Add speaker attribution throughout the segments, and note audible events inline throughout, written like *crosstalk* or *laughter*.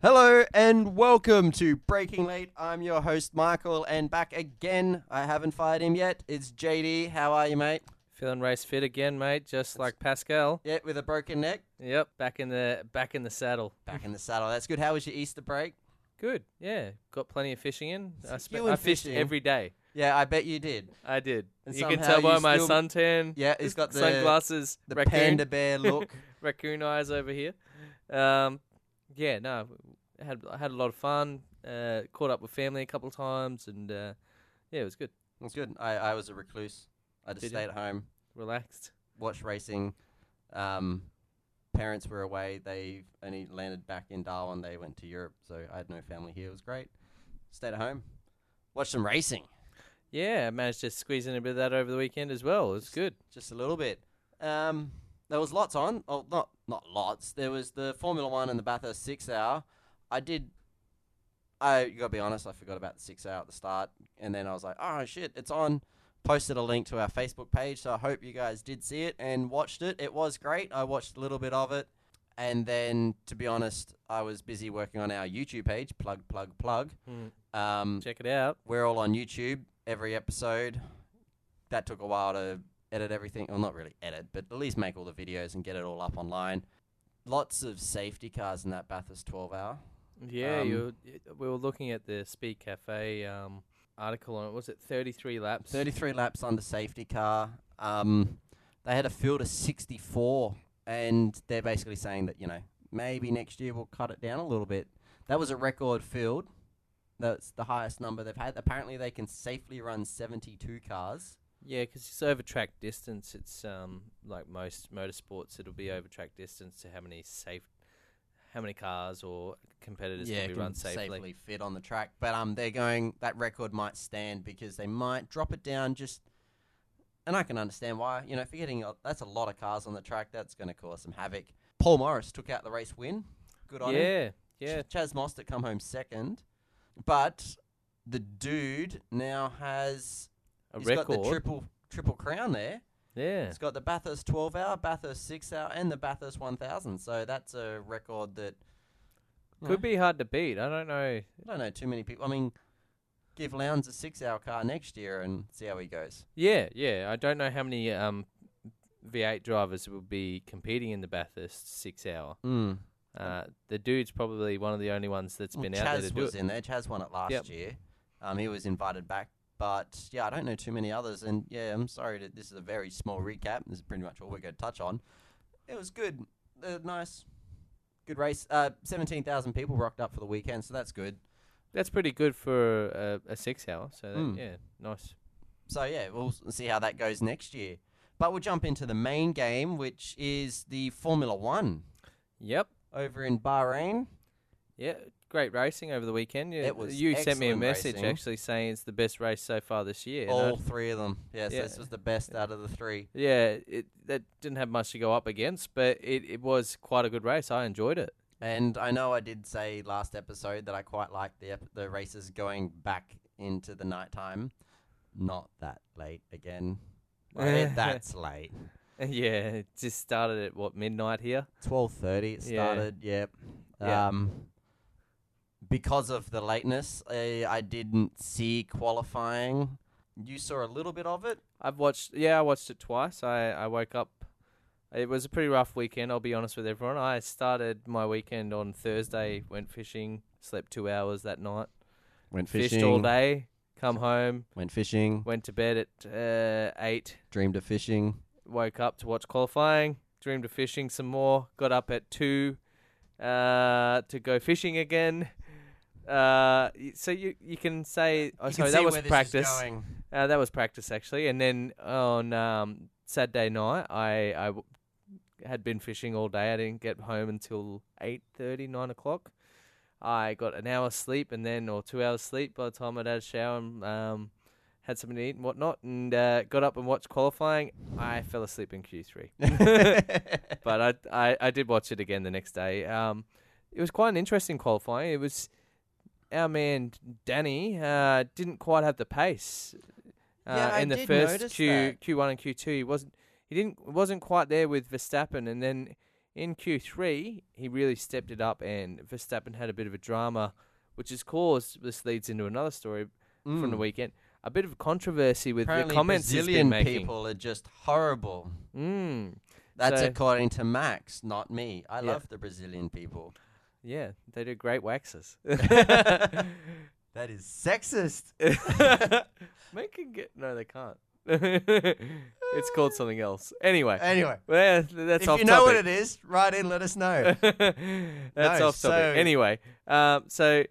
Speaker 1: Hello and welcome to Breaking Late. I'm your host Michael, and back again. I haven't fired him yet. It's JD. How are you, mate?
Speaker 2: Feeling race fit again, mate. Just like Pascal.
Speaker 1: Yeah, with a broken neck.
Speaker 2: Yep, back in the back in the saddle.
Speaker 1: Back in the saddle. That's good. How was your Easter break?
Speaker 2: Good. Yeah, got plenty of fishing in. I, spe-
Speaker 1: you and
Speaker 2: I fished
Speaker 1: fishing.
Speaker 2: every day.
Speaker 1: Yeah, I bet you did.
Speaker 2: I did.
Speaker 1: And
Speaker 2: you can
Speaker 1: somehow
Speaker 2: tell
Speaker 1: you
Speaker 2: by my
Speaker 1: still-
Speaker 2: suntan.
Speaker 1: Yeah, he's got the-
Speaker 2: sunglasses.
Speaker 1: The
Speaker 2: raccoon,
Speaker 1: panda bear look. *laughs*
Speaker 2: raccoon eyes over here. Um, yeah, no, I had I had a lot of fun. Uh, caught up with family a couple of times, and uh, yeah, it was good.
Speaker 1: That's good. I, I was a recluse. I just
Speaker 2: Did you?
Speaker 1: stayed at home,
Speaker 2: Relaxed.
Speaker 1: watched racing. Um, parents were away. They only landed back in Darwin. They went to Europe, so I had no family here. It was great. Stayed at home, watched some racing.
Speaker 2: Yeah, I managed to squeeze in a bit of that over the weekend as well. It was good.
Speaker 1: just a little bit. Um, there was lots on. Oh, not not lots. There was the Formula One and the Bathurst six hour. I did. I you gotta be honest. I forgot about the six hour at the start, and then I was like, "Oh shit, it's on." Posted a link to our Facebook page, so I hope you guys did see it and watched it. It was great. I watched a little bit of it, and then to be honest, I was busy working on our YouTube page. Plug, plug, plug.
Speaker 2: Mm.
Speaker 1: Um,
Speaker 2: Check it out.
Speaker 1: we're all on YouTube every episode. That took a while to edit everything. Well, not really edit, but at least make all the videos and get it all up online. Lots of safety cars in that Bathurst 12 hour.
Speaker 2: Yeah,
Speaker 1: Um,
Speaker 2: you you. We were looking at the Speed Cafe um, article on it. Was it thirty-three laps?
Speaker 1: 33 laps under safety car. Um, they had a field of 64, and they're basically saying that, you know, maybe next year we'll cut it down a little bit. That was a record field. That's the highest number they've had. Apparently, they can safely run 72 cars.
Speaker 2: Yeah, 'cause it's over track distance. It's um like most motorsports, it'll be over track distance to how many safe, how many cars or competitors can be
Speaker 1: can
Speaker 2: run safely.
Speaker 1: fit on the track. But um, they're going that record might stand because they might drop it down just. And I can understand why. You know, if you're getting a, that's a lot of cars on the track, that's going to cause some havoc. Paul Morris took out the race win. Good on him.
Speaker 2: Yeah, yeah.
Speaker 1: Ch- Chaz Mostert come home second, but the dude now has
Speaker 2: A
Speaker 1: he's
Speaker 2: record.
Speaker 1: got the triple triple crown there.
Speaker 2: yeah,
Speaker 1: It's got the Bathurst 12 hour, Bathurst 6 hour, and the Bathurst 1000. So that's a record that Yeah.
Speaker 2: could be hard to beat. I don't know.
Speaker 1: I don't know too many people. I mean, give Lowndes a six-hour car next year and see how he goes.
Speaker 2: Yeah, yeah. I don't know how many um V8 drivers will be competing in the Bathurst six hour.
Speaker 1: Mm.
Speaker 2: Uh, the dude's probably one of the only ones that's been
Speaker 1: Chaz
Speaker 2: out there to do
Speaker 1: was
Speaker 2: it.
Speaker 1: in there. Chaz won it last
Speaker 2: Yep.
Speaker 1: year. Um, he was invited back, but yeah, I don't know too many others. And yeah, I'm sorry that this is a very small recap. This is pretty much all we're going to touch on. It was good, uh, nice, good race. Uh, Seventeen thousand people rocked up for the weekend, so that's good.
Speaker 2: That's pretty good for a, a six hour. So that,
Speaker 1: Mm.
Speaker 2: yeah, nice.
Speaker 1: So yeah, we'll s- see how that goes next year. But we'll jump into the main game, which is the Formula One
Speaker 2: Yep.
Speaker 1: over in Bahrain.
Speaker 2: Yeah, great racing over the weekend. Yeah,
Speaker 1: It was
Speaker 2: you sent me a
Speaker 1: excellent
Speaker 2: message
Speaker 1: racing. Oh.
Speaker 2: actually saying it's the best race so far this year. and
Speaker 1: All
Speaker 2: I-
Speaker 1: three of them. Yes,
Speaker 2: Yeah.
Speaker 1: this was the best out of the three.
Speaker 2: yeah, it that didn't have much to go up against, but it, it was quite a good race. I enjoyed it. *laughs*
Speaker 1: And I know I did say last episode that I quite liked the ep- the races going back into the nighttime. Not that late again. *laughs* Right, that's late.
Speaker 2: yeah, it just started at what midnight here.
Speaker 1: Twelve thirty it
Speaker 2: Yeah.
Speaker 1: started. Yep.
Speaker 2: Yeah.
Speaker 1: Um, because of the lateness, I, I didn't see qualifying. You saw a little bit of it.
Speaker 2: I've watched. Yeah, I watched it twice. I I woke up. It was a pretty rough weekend. I'll be honest with everyone. I started my weekend on Thursday. Went fishing. Slept two hours that night.
Speaker 1: Went
Speaker 2: Fished all day. Come home.
Speaker 1: Went fishing.
Speaker 2: Went to bed at uh, eight.
Speaker 1: Dreamed of fishing.
Speaker 2: woke up to watch qualifying, dreamed of fishing some more, got up at two uh, to go fishing again. Uh, y- so you you can say oh,
Speaker 1: You can
Speaker 2: sorry
Speaker 1: see
Speaker 2: that was
Speaker 1: where this is
Speaker 2: practice.
Speaker 1: going.
Speaker 2: Uh, that was practice actually, and then on um, Saturday night I I w- had been fishing all day. I didn't get home until eight thirty nine o'clock. I got an hour's sleep and then or two hours sleep by the time I'd had a shower and um, had something to eat and whatnot, and uh, got up and watched qualifying. I fell asleep in Q three,
Speaker 1: *laughs*
Speaker 2: but I, I I did watch it again the next day. Um, it was quite an interesting qualifying. It was our man Danny uh, didn't quite have the pace uh,
Speaker 1: Yeah, I
Speaker 2: in the
Speaker 1: did
Speaker 2: first
Speaker 1: notice
Speaker 2: Q
Speaker 1: that.
Speaker 2: Q one and Q two. He wasn't he didn't wasn't quite there with Verstappen, and then In Q3, he really stepped it up, and Verstappen had a bit of a drama, which has caused this leads into another story from the
Speaker 1: Mm.
Speaker 2: weekend. A bit of controversy with
Speaker 1: Apparently
Speaker 2: the comments he's been
Speaker 1: Brazilian
Speaker 2: making.
Speaker 1: people are just horrible.
Speaker 2: Mm,
Speaker 1: That's
Speaker 2: So-
Speaker 1: according to Max, not me. I
Speaker 2: Yeah.
Speaker 1: love the Brazilian people.
Speaker 2: yeah, they do great waxes.
Speaker 1: *laughs*
Speaker 2: *laughs*
Speaker 1: That is sexist. Uh,
Speaker 2: Make it get no, they can't. *laughs* it's called something else. Anyway,
Speaker 1: Anyway,
Speaker 2: well, th- that's
Speaker 1: Uh, if
Speaker 2: off
Speaker 1: you know what
Speaker 2: topic.
Speaker 1: it is, write in, let us
Speaker 2: *laughs*
Speaker 1: know.
Speaker 2: That's
Speaker 1: No,
Speaker 2: off topic.
Speaker 1: so-
Speaker 2: Anyway, um, so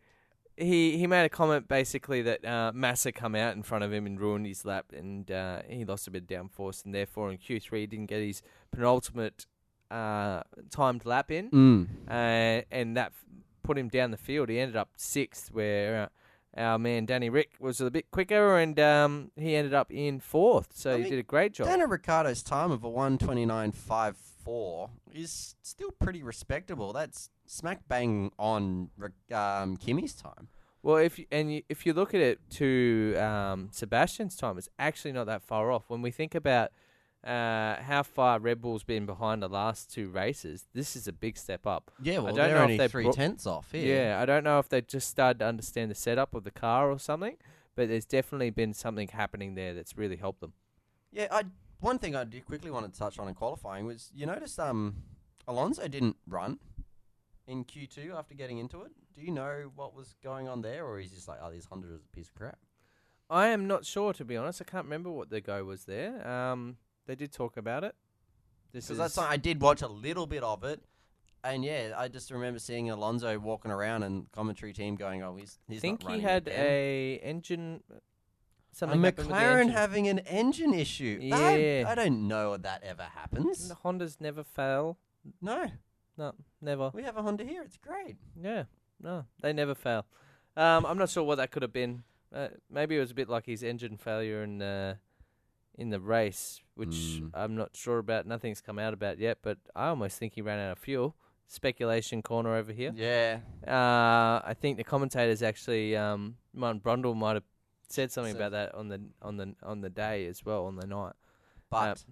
Speaker 2: he he made a comment basically that uh, Massa come out in front of him and ruined his lap, and uh, he lost a bit of downforce, and therefore in Q three he didn't get his penultimate uh, timed lap in, uh, and that f- put him down the field. He ended up sixth, where uh, our man Danny Rick was a bit quicker, and um, he ended up in fourth.
Speaker 1: I
Speaker 2: So he
Speaker 1: mean,
Speaker 2: did a great job.
Speaker 1: Daniel Ricciardo's time of a 129.54 is still pretty respectable. That's smack bang on Ri- um, Kimmy's time.
Speaker 2: Well, if you, and you, if you look at it to um, Sebastian's time, it's actually not that far off. When we think about uh, how far Red Bull's been behind the last two races, this is a big step up.
Speaker 1: Yeah, well,
Speaker 2: don't
Speaker 1: they're
Speaker 2: know if
Speaker 1: only
Speaker 2: they
Speaker 1: three
Speaker 2: bro-
Speaker 1: tenths off here.
Speaker 2: Yeah, I don't know if they just started to understand the setup of the car or something, but there's definitely been something happening there that's really helped them.
Speaker 1: Yeah, I one thing I did quickly want to touch on in qualifying was you noticed um Alonso didn't run in Q two after getting into it. Do you know what was going on there, or he's just like, oh, this Honda is a piece of crap?
Speaker 2: I am not sure, to be honest. I can't remember what the go was there. Um, they did talk about it. This
Speaker 1: Because
Speaker 2: is
Speaker 1: that's something I did watch a little bit of it, and yeah, I just remember seeing Alonso walking around and commentary team going, oh, he's
Speaker 2: I
Speaker 1: he's
Speaker 2: think
Speaker 1: not
Speaker 2: he
Speaker 1: running
Speaker 2: had
Speaker 1: again.
Speaker 2: a engine. uh,
Speaker 1: a
Speaker 2: Something happened with the
Speaker 1: McLaren
Speaker 2: engine.
Speaker 1: having an engine issue. I,
Speaker 2: Yeah.
Speaker 1: I don't know if that ever happens.
Speaker 2: The Hondas never fail.
Speaker 1: No,
Speaker 2: No, never.
Speaker 1: we have a Honda here. It's great.
Speaker 2: Yeah, no, they never fail. Um, I'm not sure what that could have been. Uh, maybe it was a bit like his engine failure in uh, in the race, which
Speaker 1: Mm.
Speaker 2: I'm not sure about. Nothing's come out about yet, but I almost think he ran out of fuel. Speculation corner over here.
Speaker 1: yeah.
Speaker 2: Uh, I think the commentators actually, um, Martin Brundle might have said something
Speaker 1: Said-
Speaker 2: about that on the on the on the day as well on the night.
Speaker 1: But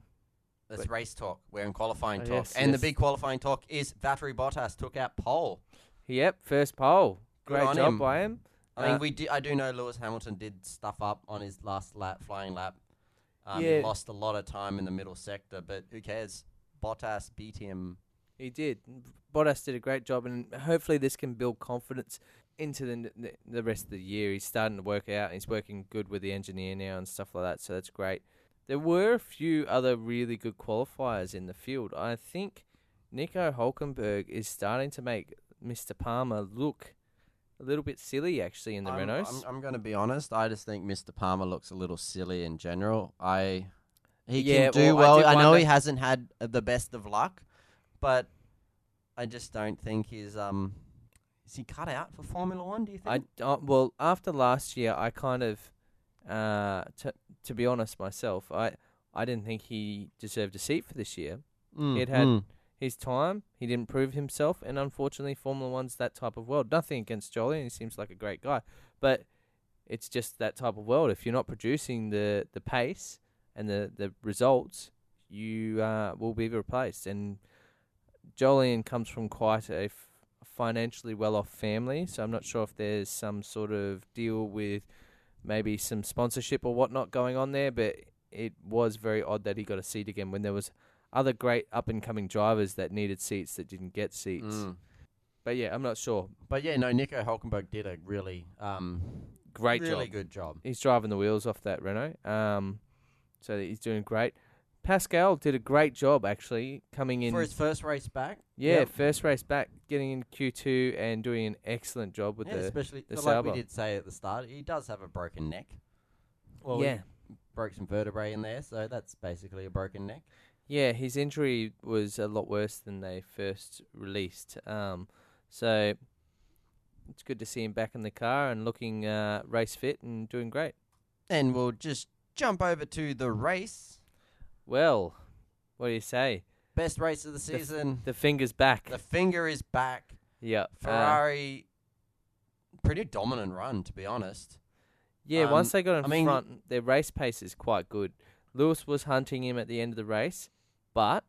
Speaker 1: that's
Speaker 2: but-
Speaker 1: race talk. We're in qualifying
Speaker 2: Oh,
Speaker 1: talk.
Speaker 2: yes,
Speaker 1: and
Speaker 2: yes.
Speaker 1: the big qualifying talk is Valtteri Bottas took out pole.
Speaker 2: Yep, first pole.
Speaker 1: Good
Speaker 2: Great
Speaker 1: on
Speaker 2: job
Speaker 1: him.
Speaker 2: by him.
Speaker 1: I mean,
Speaker 2: Uh,
Speaker 1: we do, I do know Lewis Hamilton did stuff up on his last lap, flying lap. Um,
Speaker 2: Yeah.
Speaker 1: He lost a lot of time in the middle sector, but who cares? Bottas beat him.
Speaker 2: He did. Bottas did a great job, and hopefully this can build confidence into the the, the rest of the year. He's starting to work out, and he's working good with the engineer now and stuff like that. So that's great. There were a few other really good qualifiers in the field. I think Nico Hulkenberg is starting to make Mr. Palmer look a little bit silly, actually, in the
Speaker 1: I'm,
Speaker 2: Renaults.
Speaker 1: I'm, going to be honest. I just think Mr. Palmer looks a little silly in general. I he
Speaker 2: Yeah,
Speaker 1: can do
Speaker 2: well, I
Speaker 1: well.
Speaker 2: did
Speaker 1: I, know
Speaker 2: wonder-
Speaker 1: he hasn't had uh, the best of luck, but I just don't think he's um is he cut out for Formula One? Do you think?
Speaker 2: I uh, well after last year, I kind of, uh, to to be honest myself, I I didn't think he deserved a seat for this year.
Speaker 1: Mm,
Speaker 2: it had-
Speaker 1: mm.
Speaker 2: His time, he didn't prove himself, and unfortunately, Formula One's that type of world. Nothing against Jolly, and he seems like a great guy, but it's just that type of world. If you're not producing the the pace and the the results, you uh, will be replaced. And Jolyon comes from quite a f- financially well-off family, so I'm not sure if there's some sort of deal with maybe some sponsorship or whatnot going on there. But it was very odd that he got a seat again when there was other great up-and-coming drivers that needed seats that didn't get seats.
Speaker 1: Mm.
Speaker 2: But yeah, I'm not sure.
Speaker 1: But yeah, no, Nico Hulkenberg did a really um
Speaker 2: Great job.
Speaker 1: really good job.
Speaker 2: he's driving the wheels off that Renault. Um, so he's doing great. Pascal did a great job actually coming in.
Speaker 1: For his first race back.
Speaker 2: yeah,
Speaker 1: Yep.
Speaker 2: first race back, getting in Q two and doing an excellent job with
Speaker 1: yeah,
Speaker 2: the.
Speaker 1: especially
Speaker 2: the
Speaker 1: like
Speaker 2: Sauber.
Speaker 1: we did say at the start, he does have a broken neck. Well,
Speaker 2: yeah,
Speaker 1: he broke some vertebrae in there, so that's basically a broken neck.
Speaker 2: yeah, his injury was a lot worse than they first released. Um, so it's good to see him back in the car and looking uh, race fit and doing great.
Speaker 1: And we'll just jump over to the race,
Speaker 2: Well, what do you say?
Speaker 1: best race of the
Speaker 2: f-
Speaker 1: season.
Speaker 2: The fingers back.
Speaker 1: The finger is back.
Speaker 2: yeah, uh,
Speaker 1: Ferrari, pretty dominant run to be honest.
Speaker 2: Yeah,
Speaker 1: Um,
Speaker 2: once they got in
Speaker 1: I mean-
Speaker 2: front, their race pace is quite good. Lewis was hunting him at the end of the race, but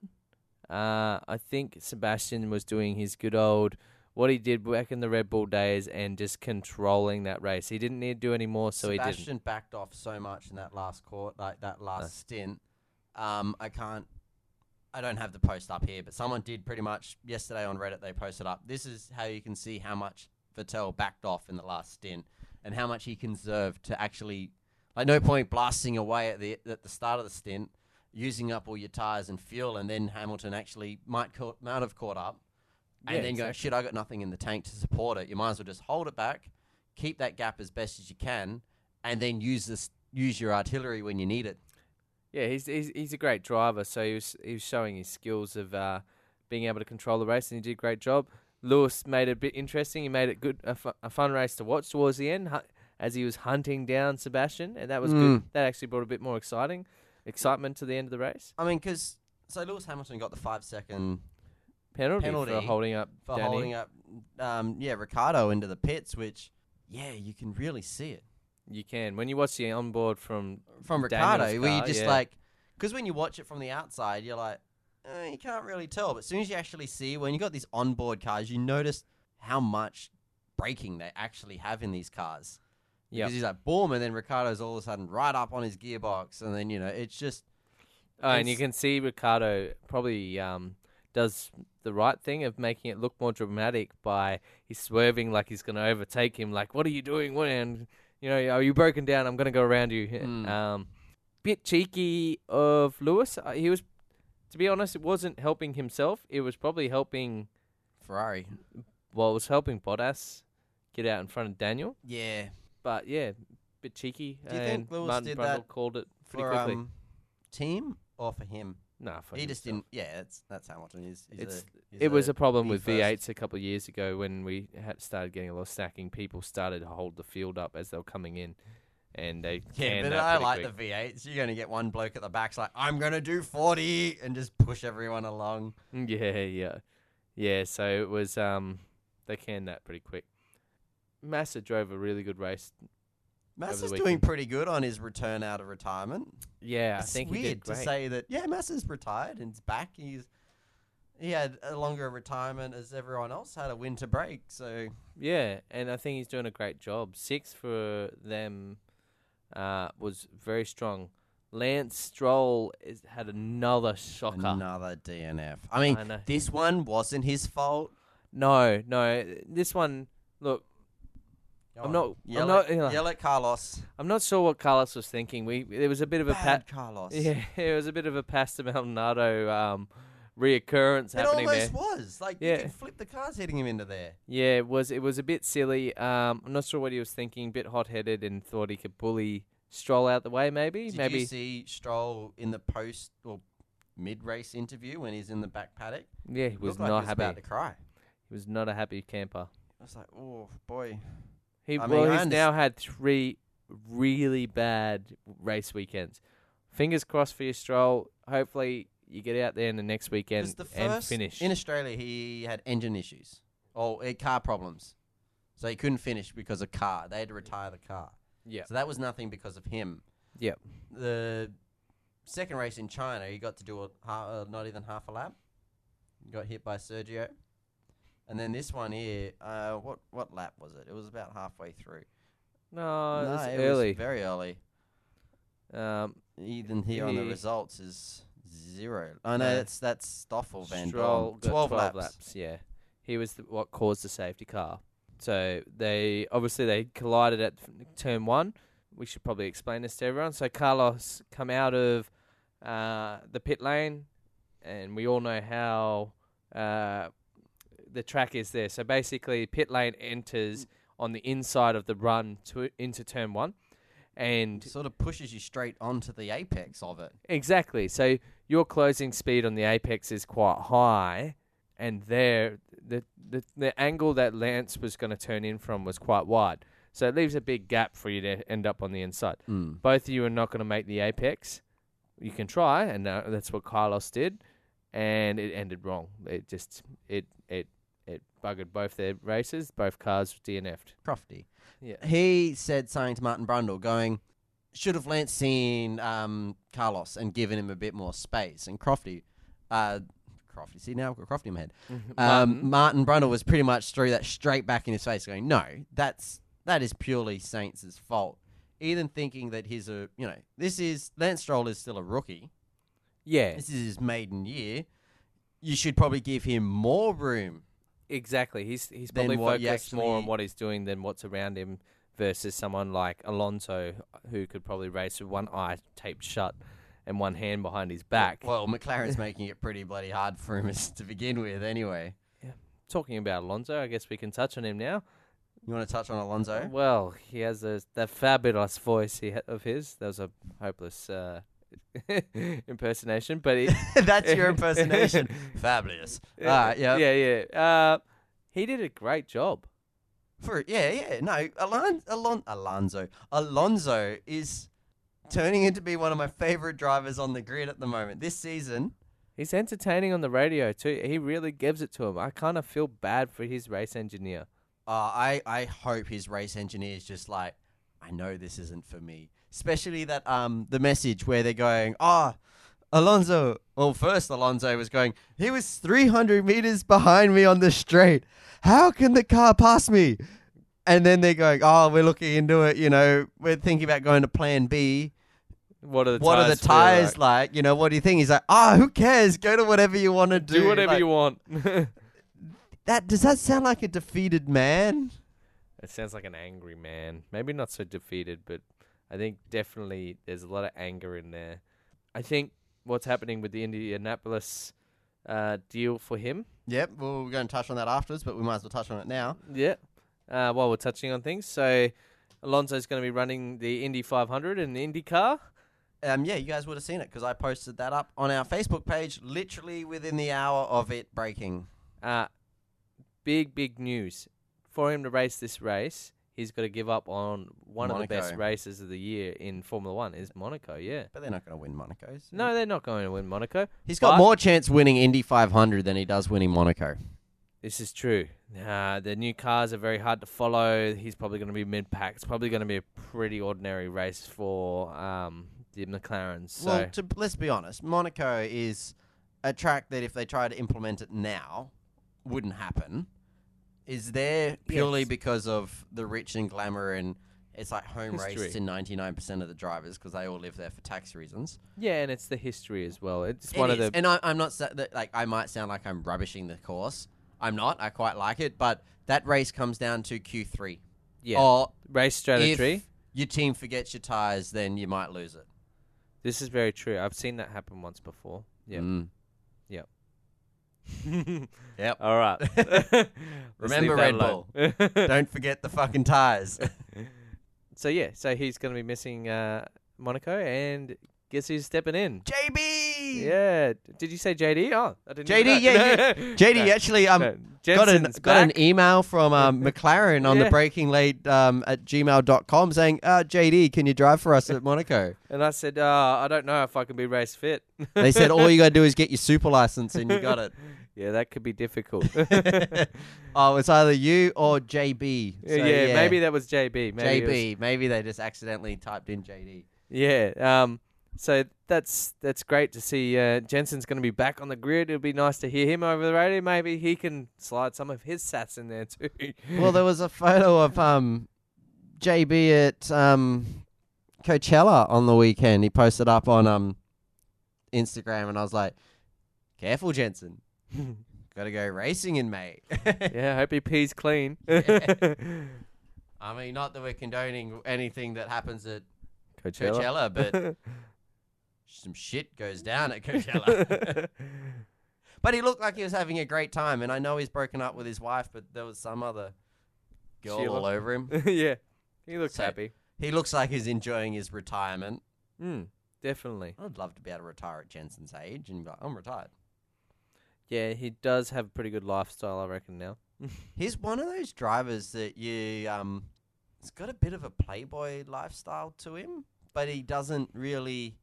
Speaker 2: Uh, I think Sebastian was doing his good old what he did back in the Red Bull days and just controlling that race. He didn't need to do any more, so he didn't.
Speaker 1: Sebastian backed off so much in that last court, like that last
Speaker 2: No.
Speaker 1: stint. Um, I can't. I don't have the post up here, but someone did pretty much yesterday on Reddit. They posted up. This is how you can see how much Vettel backed off in the last stint and how much he conserved to actually, like, no point blasting away at the at the start of the stint, using up all your tires and fuel, and then Hamilton actually might caught, might have caught up, and
Speaker 2: Yeah,
Speaker 1: then go,
Speaker 2: exactly.
Speaker 1: shit, I got nothing in the tank to support it. You might as well just hold it back, keep that gap as best as you can, and then use this use your artillery when you need it.
Speaker 2: Yeah, he's he's he's a great driver. So he was he was showing his skills of uh, being able to control the race, and he did a great job. Lewis made it a bit interesting. He made it good a, fu- a fun race to watch towards the end, hu- as he was hunting down Sebastian, and that was good.
Speaker 1: Mm.
Speaker 2: That actually brought a bit more exciting excitement to the end of the race.
Speaker 1: I mean, because so Lewis Hamilton got the five second
Speaker 2: Penalty, for
Speaker 1: Penalty
Speaker 2: holding up
Speaker 1: for
Speaker 2: Danny.
Speaker 1: holding up, um, yeah, Ricardo into the pits, which yeah, you can really see it
Speaker 2: You can when you watch the onboard from
Speaker 1: from
Speaker 2: Daniel's
Speaker 1: Ricardo. where you
Speaker 2: car,
Speaker 1: just
Speaker 2: yeah.
Speaker 1: like, because when you watch it from the outside, you're like, eh, you can't really tell. But as soon as you actually see, when you got these onboard cars, you notice how much braking they actually have in these cars.
Speaker 2: yeah,
Speaker 1: Because he's like boom, and then Ricardo's all of a sudden right up on his gearbox, and then you know it's just
Speaker 2: Oh, and you
Speaker 1: It's-
Speaker 2: can see Ricardo probably um, does the right thing of making it look more dramatic by he's swerving like he's going to overtake him. Like, what are you doing? When you know, are you broken down? I'm going to go around you.
Speaker 1: Mm.
Speaker 2: Um, bit cheeky of Lewis. Uh, He was, to be honest, it wasn't helping himself. It was probably helping.
Speaker 1: Ferrari.
Speaker 2: Well, it was helping Bottas get out in front of Daniel.
Speaker 1: Yeah,
Speaker 2: But yeah, bit cheeky.
Speaker 1: Do you
Speaker 2: and
Speaker 1: think Lewis
Speaker 2: Martin
Speaker 1: did
Speaker 2: Brundle
Speaker 1: that
Speaker 2: called it pretty
Speaker 1: for
Speaker 2: quickly.
Speaker 1: um, team or for him.
Speaker 2: nah, for
Speaker 1: he just
Speaker 2: himself.
Speaker 1: didn't. Yeah, it's, that's Hamilton. He's, he's
Speaker 2: It's-
Speaker 1: a- he's
Speaker 2: it was a problem
Speaker 1: be
Speaker 2: with
Speaker 1: first.
Speaker 2: V8s a couple of years ago when we had started getting a lot of stacking. People started to hold the field up as they were coming in, and they
Speaker 1: *laughs* yeah,
Speaker 2: canned
Speaker 1: but
Speaker 2: that
Speaker 1: I
Speaker 2: pretty
Speaker 1: like
Speaker 2: quick.
Speaker 1: the V8s. You're gonna get one bloke at the back's like, I'm gonna do 40 and just push everyone along.
Speaker 2: *laughs* yeah, yeah, yeah. So it was um, they canned that pretty quick. Massa drove a really good race.
Speaker 1: Massa's doing
Speaker 2: weekend.
Speaker 1: pretty good on his return out of retirement.
Speaker 2: Yeah,
Speaker 1: it's
Speaker 2: I think
Speaker 1: weird
Speaker 2: he did
Speaker 1: to
Speaker 2: great.
Speaker 1: say that. Yeah, Massa's retired and he's back. He's he had a longer retirement as everyone else had a winter break. So
Speaker 2: Yeah, and I think he's doing a great job. Six for them uh, was very strong. Lance Stroll is, had another shocker.
Speaker 1: another DNF. I mean,
Speaker 2: I know.
Speaker 1: this one wasn't his fault.
Speaker 2: No, no. This one, look,
Speaker 1: Go
Speaker 2: I'm
Speaker 1: on.
Speaker 2: not- I'm
Speaker 1: Yell
Speaker 2: not-
Speaker 1: At,
Speaker 2: yeah.
Speaker 1: yell at Carlos.
Speaker 2: I'm not sure what Carlos was thinking. We there was a bit of a pa-
Speaker 1: Bad Carlos.
Speaker 2: *laughs* yeah, it was a bit of a Pastor Maldonado um, reoccurrence
Speaker 1: It
Speaker 2: happening
Speaker 1: almost
Speaker 2: there.
Speaker 1: was. Like you
Speaker 2: Yeah.
Speaker 1: could flip the cars hitting him into there.
Speaker 2: Yeah, it was it was a bit silly. Um, I'm not sure what he was thinking. Bit hot headed and thought he could bully Stroll out the way. Maybe,
Speaker 1: Did
Speaker 2: maybe.
Speaker 1: you see Stroll in the post or mid race interview when he's in the back paddock?
Speaker 2: yeah, he was
Speaker 1: Looked like
Speaker 2: not
Speaker 1: he was
Speaker 2: happy.
Speaker 1: about to cry.
Speaker 2: He was not a happy camper.
Speaker 1: I was like, oh boy.
Speaker 2: He
Speaker 1: I mean,
Speaker 2: well,
Speaker 1: I
Speaker 2: he's
Speaker 1: underst-
Speaker 2: now had three really bad race weekends. Fingers crossed for your stroll. Hopefully, you get out there in the next weekend
Speaker 1: Because the first
Speaker 2: and finish.
Speaker 1: in Australia, he had engine issues or eh, car problems, so he couldn't finish because of car. They had to retire the car.
Speaker 2: yeah,
Speaker 1: So that was nothing because of him.
Speaker 2: yeah,
Speaker 1: The second race in China, he got to do a ha- uh, not even half a lap. Got hit by Sergio, and then this one here, uh, what what lap was it? It was about halfway through.
Speaker 2: No, it was
Speaker 1: it
Speaker 2: early.
Speaker 1: was very early.
Speaker 2: um,
Speaker 1: Even here on the
Speaker 2: He-
Speaker 1: results is zero. I know
Speaker 2: No.
Speaker 1: that's that's Stoffel Van
Speaker 2: Stroll
Speaker 1: Dorn.
Speaker 2: got
Speaker 1: 12,
Speaker 2: 12
Speaker 1: laps.
Speaker 2: Yeah, he was the, what caused the safety car. So they obviously they collided at turn one. We should probably explain this to everyone. So Carlos come out of uh, the pit lane, and we all know how uh, the track is there. So basically, pit lane enters on the inside of the run to into turn one, and
Speaker 1: Sort of pushes you straight onto the apex of it.
Speaker 2: Exactly. So your closing speed on the apex is quite high, and there the the, the angle that Lance was going to turn in from was quite wide. So it leaves a big gap for you to end up on the inside. Both of you are not going to make the apex. You can try, and uh, that's what Carlos did, and it ended wrong. It just it it it buggered both their races. Both cars DNF'd.
Speaker 1: Crofty.
Speaker 2: Yeah.
Speaker 1: He said something to Martin Brundle, going, "Should have Lance seen um, Carlos and given him a bit more space." And Crofty, uh, Crofty. See, now I've got Crofty in my head. Um, Martin Brundle was pretty much threw that straight back in his face, going, "No, that's that is purely Saints' fault." Even thinking that he's a, you know, this is Lance Stroll is still a rookie.
Speaker 2: yeah,
Speaker 1: This is his maiden year. You should probably give him more room.
Speaker 2: exactly. He's he's
Speaker 1: Then
Speaker 2: probably
Speaker 1: what you
Speaker 2: focused more on
Speaker 1: actually-
Speaker 2: what he's doing than what's around him versus someone like Alonso who could probably race with one eye taped shut and one hand behind his back.
Speaker 1: Well, McLaren's making it pretty bloody hard for him *laughs* to begin with. Anyway,
Speaker 2: Talking about Alonso, I guess we can touch on him now.
Speaker 1: you want to touch on Alonso?
Speaker 2: Well, he has a, that fabulous voice he ha- of his. That was a hopeless uh, *laughs* impersonation,
Speaker 1: *laughs*
Speaker 2: but it,
Speaker 1: That's your *laughs* impersonation. Fabulous. All right, yeah.
Speaker 2: yeah, yeah. Uh, he did a great job.
Speaker 1: For yeah, yeah, no, Alon, Alon, Alonso, Alonso is turning into be one of my favorite drivers on the grid at the moment this season.
Speaker 2: He's entertaining on the radio too. He really gives it to him. I kind of feel bad for his race engineer.
Speaker 1: Uh, I I hope his race engineer is just like, I know this isn't for me. Especially that um the message where they're going, ah, Alonso. Well, first Alonso was going, he was 300 meters behind me on the straight. How can the car pass me? And then they're going, oh, we're looking into it. You know, we're thinking about going to Plan B.
Speaker 2: What are the
Speaker 1: what are
Speaker 2: tires
Speaker 1: the
Speaker 2: feel
Speaker 1: tires
Speaker 2: like?
Speaker 1: like? You know, what do you think? He's like, ah, who cares? Go to whatever you want to do.
Speaker 2: Do whatever
Speaker 1: Like,
Speaker 2: you want. *laughs*
Speaker 1: That does that sound like a defeated man?
Speaker 2: it sounds like an angry man. Maybe not so defeated, but I think definitely there's a lot of anger in there. I think what's happening with the Indianapolis uh, deal for him.
Speaker 1: Yep. Well, we're going to touch on that afterwards, but we might as well touch on it now.
Speaker 2: Yeah. Uh, while we're touching on things, so Alonso's going to be running the Indy 500 in the Indy car.
Speaker 1: Um, yeah, you guys would have seen it because I posted that up on our Facebook page literally within the hour of it breaking.
Speaker 2: Uh, big, big news. For him to race this race, he's got to give up on one of the best
Speaker 1: Monaco.
Speaker 2: races of the year in Formula One, is Monaco, yeah.
Speaker 1: But they're not going to win Monaco. so-
Speaker 2: No, they're not going to win Monaco.
Speaker 1: he's got
Speaker 2: but-
Speaker 1: more chance winning Indy 500 than he does winning Monaco.
Speaker 2: This is true. Uh, the new cars are very hard to follow. He's probably going to be mid pack. It's probably going to be a pretty ordinary race for um, the McLarens. So
Speaker 1: Well, to, let's be honest, Monaco is a track that if they try to implement it now, wouldn't happen. Is there purely
Speaker 2: Yes.
Speaker 1: because of the rich and glamour and it's like home
Speaker 2: History.
Speaker 1: race to 99% of the drivers because they all live there for tax reasons.
Speaker 2: yeah, and it's the history as well. It's
Speaker 1: It
Speaker 2: one
Speaker 1: is,
Speaker 2: of the
Speaker 1: and I, I'm not sa- that, like I might sound like I'm rubbishing the course. I'm not. I quite like it, but that race comes down to Q3.
Speaker 2: yeah
Speaker 1: Or
Speaker 2: race strategy.
Speaker 1: oh, if your team forgets your tires, then you might lose it.
Speaker 2: This is very true. I've seen that happen once before. Yeah. *laughs*
Speaker 1: Mm. Yep.
Speaker 2: All right. Let's leave
Speaker 1: *laughs* Remember
Speaker 2: that
Speaker 1: Red
Speaker 2: alone. *laughs*
Speaker 1: Don't forget the fucking *laughs* tires.
Speaker 2: so yeah, so he's going to be missing uh, Monaco, and guess who's stepping in?
Speaker 1: JB.
Speaker 2: Yeah. Did you say JD? Oh, I didn't.
Speaker 1: JD,
Speaker 2: Even know.
Speaker 1: yeah,
Speaker 2: *laughs*
Speaker 1: JD
Speaker 2: No,
Speaker 1: actually um
Speaker 2: no.
Speaker 1: got an
Speaker 2: Jensen's
Speaker 1: got an
Speaker 2: back.
Speaker 1: email from
Speaker 2: *laughs*
Speaker 1: um, McLaren on
Speaker 2: Yeah.
Speaker 1: the breaking late um, at gmail.com saying, uh, JD, can you drive for us at Monaco?
Speaker 2: and I said, uh, I don't know if I can be race fit. *laughs*
Speaker 1: They said all you gotta do is get your super license and you got it.
Speaker 2: yeah, that could
Speaker 1: *laughs*
Speaker 2: be difficult. *laughs*
Speaker 1: oh, it's either you or JB. So,
Speaker 2: yeah, maybe that was JB. Maybe it was-
Speaker 1: JB. Maybe they just accidentally typed in JD.
Speaker 2: Yeah. Um. So that's that's great to see. Uh, Jensen's going to be back on the grid. It'll be nice to hear him over the radio. Maybe he can slide some of his sats in there too.
Speaker 1: Well, there was a photo of um, JB at um, Coachella on the weekend. He posted up on um, Instagram, and I was like, "Careful, Jensen. *laughs* Gotta go racing in May."
Speaker 2: *laughs*
Speaker 1: *laughs*
Speaker 2: yeah. I hope he pees clean. *laughs*
Speaker 1: Yeah. I mean, not that we're condoning anything that happens at Coachella,
Speaker 2: *laughs*
Speaker 1: but some shit goes down at
Speaker 2: *laughs*
Speaker 1: Coachella. *laughs* But he looked like he was having a great time, and I know he's broken up with his wife, but there was some other girl
Speaker 2: Sheila.
Speaker 1: all over him.
Speaker 2: yeah. He looks
Speaker 1: So-
Speaker 2: happy.
Speaker 1: He looks like he's enjoying his retirement.
Speaker 2: Mm, definitely.
Speaker 1: I'd love to be able to retire at Jensen's age and be like, I'm retired.
Speaker 2: Yeah, he does have a pretty good lifestyle, I reckon. Now.
Speaker 1: He's one of those drivers that you um, it's got a bit of a playboy lifestyle to him, but he doesn't really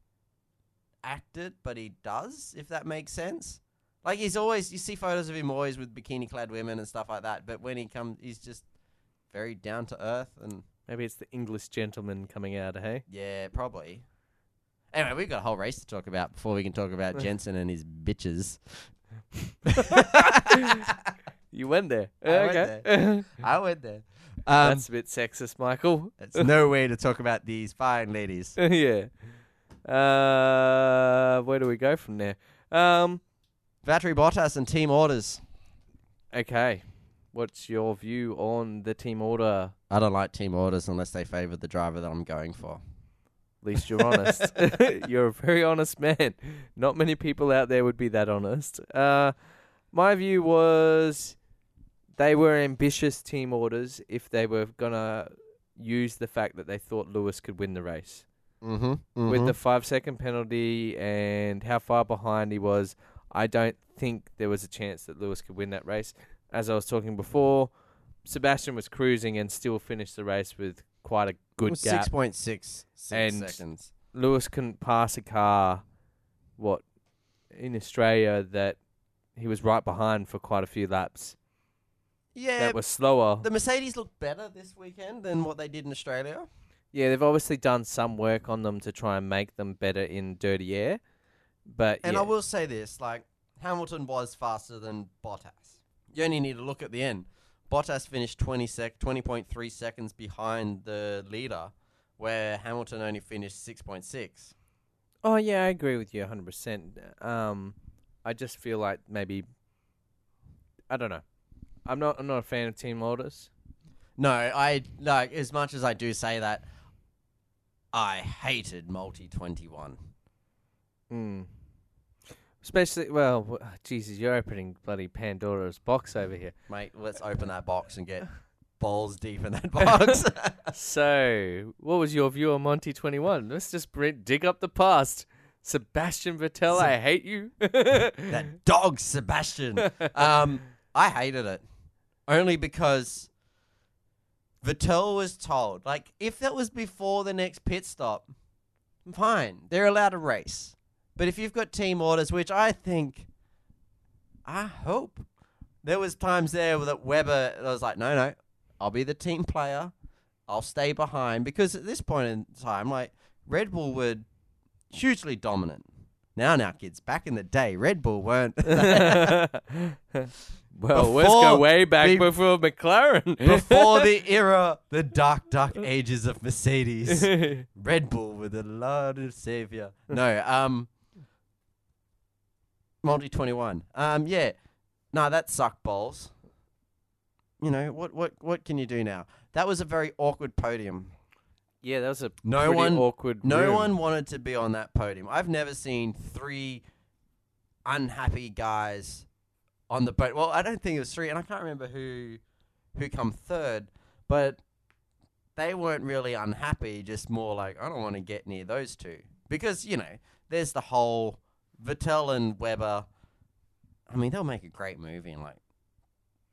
Speaker 1: act it, but he does, if that makes sense. Like he's always, you see photos of him always with bikini-clad women and stuff like that. But when he comes, he's just very down to earth and
Speaker 2: Maybe it's the English gentleman coming out. Hey.
Speaker 1: Yeah, probably. Anyway, we've got a whole race to talk about before we can talk about Jensen and his bitches. *laughs*
Speaker 2: you went there.
Speaker 3: I went
Speaker 2: okay. *laughs*
Speaker 3: I went there. Um,
Speaker 2: That's a bit sexist, Michael. *laughs*
Speaker 3: that's no way to talk about these fine ladies.
Speaker 2: yeah. Uh, where do we go from there? Um,
Speaker 1: Battery Bottas and team orders.
Speaker 2: okay. What's your view on the team order?
Speaker 1: I don't like team orders unless they favour the driver that I'm going for.
Speaker 2: At least
Speaker 3: *laughs*
Speaker 2: you're *laughs* honest.
Speaker 1: Mm-hmm,
Speaker 2: you're a very honest man. Not many people out there would be that honest. Uh, my view was they were ambitious team orders if they were gonna use the fact that they thought Lewis could win the race.
Speaker 1: Mm-hmm.
Speaker 2: with the five second penalty and how far behind he was, I don't think there was a chance that Lewis could win that race. As I was talking before, Sebastian was cruising and still finished the race with quite a good gap.
Speaker 1: six point six
Speaker 2: And-
Speaker 1: seconds.
Speaker 2: Lewis couldn't pass a car, what, in Australia that he was right behind for quite a few laps
Speaker 1: Yeah,
Speaker 2: that was slower.
Speaker 1: the Mercedes looked better this weekend than what they did in Australia.
Speaker 2: yeah, they've obviously done some work on them to try and make them better in dirty air. But
Speaker 1: And
Speaker 2: yeah.
Speaker 1: I will say this: like Hamilton was faster than Bottas. You only need to look at the end. Bottas finished 20 sec, 20.3 seconds behind the leader, where Hamilton only finished 6.6.
Speaker 2: Oh yeah, I agree with you 100%. Um I just feel like maybe I don't know. I'm not I'm not a fan of team orders.
Speaker 1: No, I like as much as I do say that, I hated multi 21.
Speaker 2: Mm. Especially well, w- Jesus, you're opening bloody Pandora's box over here.
Speaker 1: Mate, let's open that box and get balls deep in that *laughs* box.
Speaker 2: So, what was your view on Monty 21? Let's just br- dig up the past. Sebastian Vettel, I hate you. *laughs*
Speaker 1: that dog, Sebastian. Um, I hated it only because Vettel was told, like, if that was before the next pit stop, fine, they're allowed to race. But if you've got team orders, which I think, I hope, there was times there that Weber was like, no, no, I'll be the team player. I'll stay behind because at this point in time, like Red Bull were hugely dominant. Now, now, kids, back in the day, Red Bull weren't.
Speaker 2: well, let's go
Speaker 1: Before
Speaker 2: way back
Speaker 1: the-
Speaker 2: before McLaren. *laughs*
Speaker 1: Before the era, the dark, dark ages of
Speaker 2: *laughs*
Speaker 1: Mercedes, Red Bull with a lot of savior. No, um, Monty Twenty One. Um, yeah, no, that sucked balls. You know what? What? What can you do now? That was a very awkward podium.
Speaker 2: Yeah, that was a
Speaker 1: No
Speaker 2: pretty
Speaker 1: one-
Speaker 2: awkward.
Speaker 1: No
Speaker 2: room.
Speaker 1: one wanted to be on that podium. I've never seen three unhappy guys on the boat. Well, I don't think it was three, and I can't remember who who come third, but they weren't really unhappy. Just more like I don't want to get near those two because you know there's the whole Vettel and Weber. I mean, they'll make a great movie in like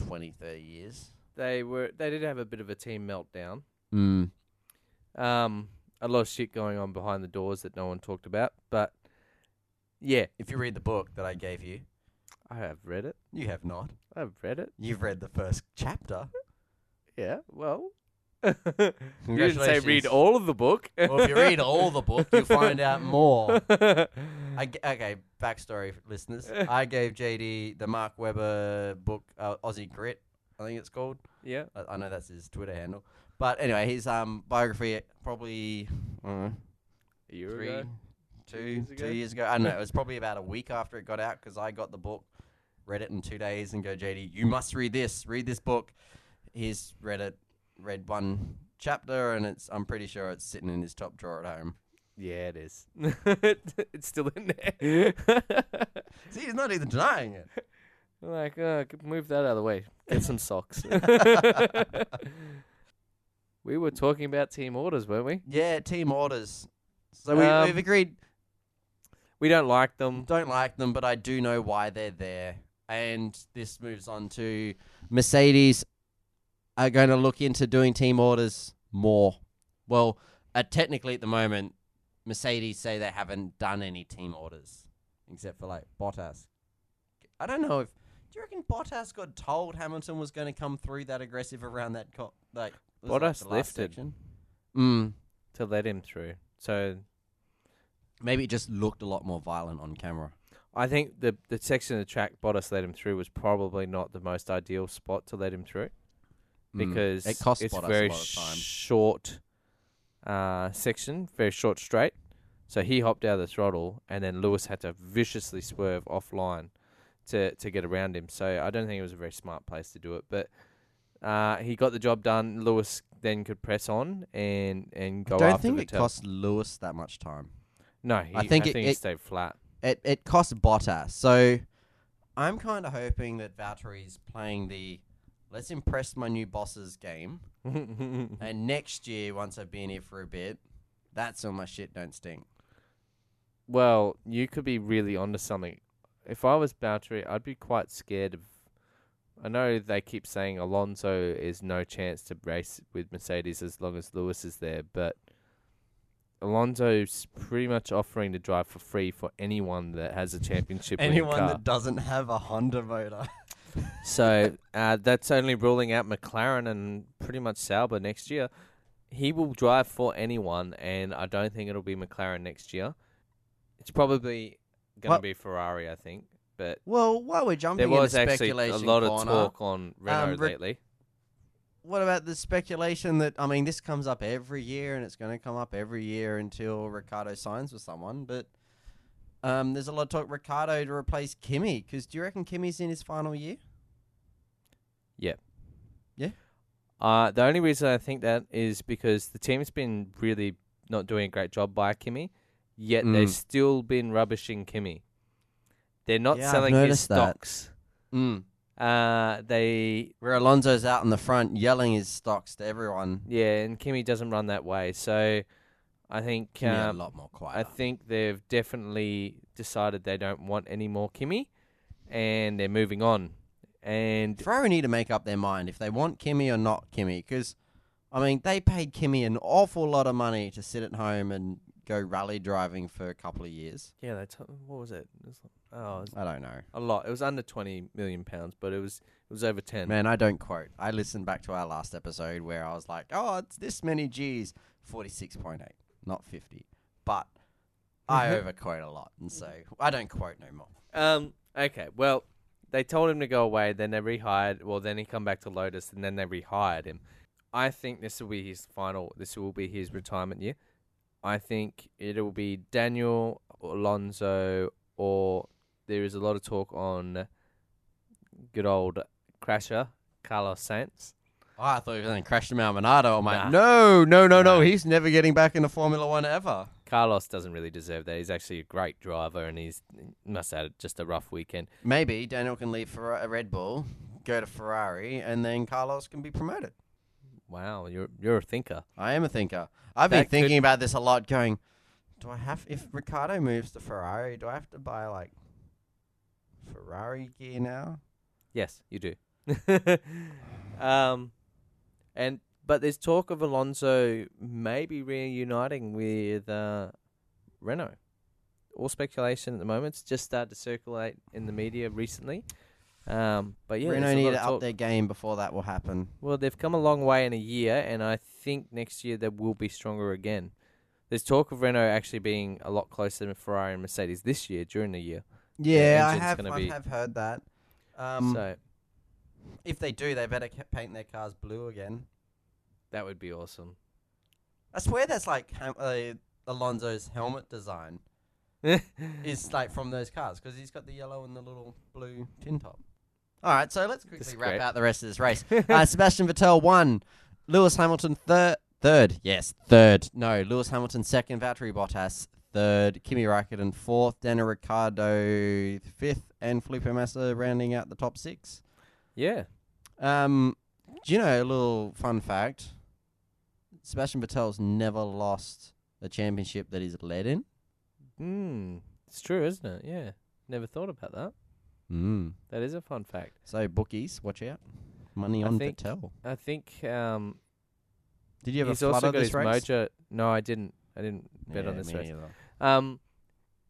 Speaker 1: 20, 30 years.
Speaker 2: They were. They did have a bit of a team meltdown.
Speaker 1: Mm.
Speaker 2: Um, a lot of shit going on behind the doors that no one talked about. But yeah,
Speaker 1: If you read the book that I gave you,
Speaker 2: I have read it.
Speaker 1: you have not.
Speaker 2: I've read it.
Speaker 1: You've read the first chapter.
Speaker 2: Yeah. Well, you didn't say read
Speaker 1: Congratulations.
Speaker 2: all of the book.
Speaker 1: Well, if you read all the book, you'll find out
Speaker 2: *laughs*
Speaker 1: more. I g okay, backstory, for listeners. I gave JD the Mark Webber book, uh, Aussie Grit, I think it's called.
Speaker 2: yeah.
Speaker 1: I, I know that's his Twitter handle. But anyway, his um, biography probably I don't know,
Speaker 2: A year
Speaker 1: three,
Speaker 2: ago.
Speaker 1: two,
Speaker 2: years
Speaker 1: two
Speaker 2: ago?
Speaker 1: years ago. I don't know. It was probably about a week after it got out because I got the book, read it in two days, and go, JD, you must read this. Read this book. He's read it, read one chapter, and it's. I'm pretty sure it's sitting in his top drawer at home.
Speaker 2: Yeah, it is. *laughs* it's still in *laughs* there.
Speaker 1: See, he's not even denying it.
Speaker 2: Like, uh, g- move that out of the way. Get some *laughs* socks. we were talking about team orders, weren't we?
Speaker 1: Yeah, team orders. So we,
Speaker 2: Um,
Speaker 1: we've agreed
Speaker 2: We don't like them.
Speaker 1: Um, don't like them, but I do know why they're there. And this moves on to Mercedes are going to look into doing team orders more. Well, uh, technically at the moment, Mercedes say they haven't done any team orders except for like Bottas. I don't know if do you reckon Bottas got told Hamilton was going to come through that aggressive around that co- like it was,
Speaker 2: Bottas
Speaker 1: the last
Speaker 2: lifted.
Speaker 1: section? Mm.
Speaker 2: To let him through. So
Speaker 1: Maybe it just looked a lot more violent on camera.
Speaker 2: I think the the section of the track Bottas let him through was probably not the most ideal spot to let him through
Speaker 1: Mm.
Speaker 2: because
Speaker 3: Mm. it cost
Speaker 2: it's
Speaker 3: Bottas
Speaker 2: very
Speaker 3: a lot of time.
Speaker 2: short uh, section, very short straight. So he hopped out of the throttle, and then Lewis had to viciously swerve offline to to get around him. So I don't think it was a very smart place to do it, but uh, he got the job done. Lewis then could press on and and go
Speaker 3: I don't
Speaker 2: after
Speaker 3: think
Speaker 2: the
Speaker 3: it
Speaker 2: tail.
Speaker 3: cost Lewis that much time.
Speaker 2: No, he,
Speaker 3: I think it-
Speaker 2: he
Speaker 3: it-
Speaker 2: stayed flat. *laughs*
Speaker 3: It it cost Bottas. So
Speaker 1: I'm kind of hoping that Valtteri's playing the let's impress my new bosses game. And next year, once I've been here for a bit, that's when my shit don't stink.
Speaker 2: Well, you could be really onto something. If I was Boutry, I'd be quite scared of. I know they keep saying Alonso is no chance to race with Mercedes as long as Lewis is there, but Alonso's pretty much offering to drive for free for anyone that has a championship winning
Speaker 1: Anyone
Speaker 2: car.
Speaker 1: that doesn't have a Honda motor.
Speaker 2: So uh, that's only ruling out McLaren and pretty much Sauber next year. He will drive for anyone, and I don't think it'll be McLaren next year. It's probably going to
Speaker 1: Well-
Speaker 2: be Ferrari, I think. But
Speaker 1: Well, while we're jumping
Speaker 2: there was
Speaker 1: into
Speaker 2: actually a
Speaker 1: speculation
Speaker 2: lot of
Speaker 1: corner, Um,
Speaker 2: talk on Renault
Speaker 1: re-
Speaker 2: lately.
Speaker 1: what about the speculation that I mean, this comes up every year, and it's going to come up every year until Ricardo signs with someone. But um, there's a lot of talk Ricardo to replace Kimi because do you reckon Kimi's in his final year?
Speaker 2: Uh, the only reason I think that is because the team's been really not doing a great job by Kimmy, yet
Speaker 1: Hmm.
Speaker 3: Mm.
Speaker 2: they've still been rubbishing Kimmy. They're not
Speaker 1: Yeah, I've
Speaker 2: selling his
Speaker 1: noticed that.
Speaker 2: stocks.
Speaker 1: Mm.
Speaker 2: Uh, they
Speaker 1: Where Alonso's out in the front yelling his stocks to everyone.
Speaker 2: Yeah, and Kimmy doesn't run that way. So I think
Speaker 1: Kimi a
Speaker 2: um,
Speaker 1: lot more
Speaker 2: I
Speaker 1: quiet.
Speaker 2: think they've definitely decided they don't want any more Kimmy, and they're moving on. And
Speaker 1: Ferrari need to make up their mind if they want Kimi or not Kimi, because I mean they paid Kimi an awful lot of money to sit at home and go rally driving for a couple of years.
Speaker 2: yeah, that's what was it? It was, oh, it was
Speaker 1: I don't know,
Speaker 2: a lot. It was under twenty million pounds, but it was it was over ten.
Speaker 1: man. I don't quote. I listened back to our last episode where I was like, "Oh, it's this many G's, forty-six point eight, not fifty. But I
Speaker 2: Mm-hmm.
Speaker 1: overquote a lot, and so I don't quote no more.
Speaker 2: Um. Okay. Well, they told him to go away. Then they rehired. Well, then he come back to Lotus, and then they rehired him. I think this will be his final. This will be his retirement year. I think it'll be Daniel Alonso, or there is a lot of talk on good old crasher Carlos Sainz.
Speaker 1: Oh, I thought he was going to crash to Mount Monado. I'm
Speaker 2: Nah.
Speaker 1: like, no, no, no,
Speaker 2: Nah.
Speaker 1: no. He's never getting back into Formula One ever.
Speaker 2: Carlos doesn't really deserve that. He's actually a great driver, and he's must have had just a rough weekend.
Speaker 1: Maybe Daniel can leave for a Red Bull, go to Ferrari, and then Carlos can be promoted.
Speaker 2: Wow, you're you're a thinker.
Speaker 1: I am a thinker. I've
Speaker 2: That
Speaker 1: been
Speaker 2: could-
Speaker 1: thinking about this a lot. Going, do I have if Ricardo moves to Ferrari? Do I have to buy like Ferrari gear now?
Speaker 2: Yes, you do. *laughs* um, and but there's talk of Alonso maybe reuniting with uh, Renault. All speculation at the moment. It's just started to circulate in the media recently. Um, but yeah,
Speaker 1: Renault
Speaker 2: there's a
Speaker 1: need
Speaker 2: lot
Speaker 1: to
Speaker 2: of talk.
Speaker 1: up their game before that will happen.
Speaker 2: Well, they've come a long way in a year, and I think next year they will be stronger again. There's talk of Renault actually being a lot closer to Ferrari and Mercedes this year during the year.
Speaker 1: Yeah, I
Speaker 2: engine's
Speaker 1: have.
Speaker 2: gonna
Speaker 1: I
Speaker 2: be-
Speaker 1: have heard that. Um,
Speaker 2: so
Speaker 1: if they do, they better ca- paint their cars blue again.
Speaker 2: that would be awesome.
Speaker 1: I swear that's like Ham- uh, Alonso's helmet design. is like from those cars because he's got the yellow and the little blue tin top. All right, so let's quickly
Speaker 2: is
Speaker 1: wrap
Speaker 2: great.
Speaker 1: out the rest of this race. Uh, Sebastian Vettel won, Lewis Hamilton third, third, yes, third. No, Lewis Hamilton second, Valtteri Bottas third, Kimi Raikkonen fourth, Daniel Ricciardo fifth, and Felipe Massa rounding out the top six.
Speaker 2: yeah.
Speaker 1: Um, do you know a little fun fact? Sebastian Vettel's never lost a championship that he's led in.
Speaker 2: Hmm. It's true, isn't it? Yeah. Never thought about that.
Speaker 1: Mm.
Speaker 2: That is a fun fact.
Speaker 1: So bookies, watch out. Money
Speaker 2: I
Speaker 1: on
Speaker 2: think-
Speaker 1: Patel.
Speaker 2: I think um
Speaker 1: Did you ever
Speaker 2: he's also
Speaker 1: flutter
Speaker 2: got
Speaker 1: this
Speaker 2: his
Speaker 1: race?
Speaker 2: mojo. No, I didn't. I didn't bet on
Speaker 1: Yeah,
Speaker 2: this
Speaker 1: me
Speaker 2: race.
Speaker 1: neither.
Speaker 2: Um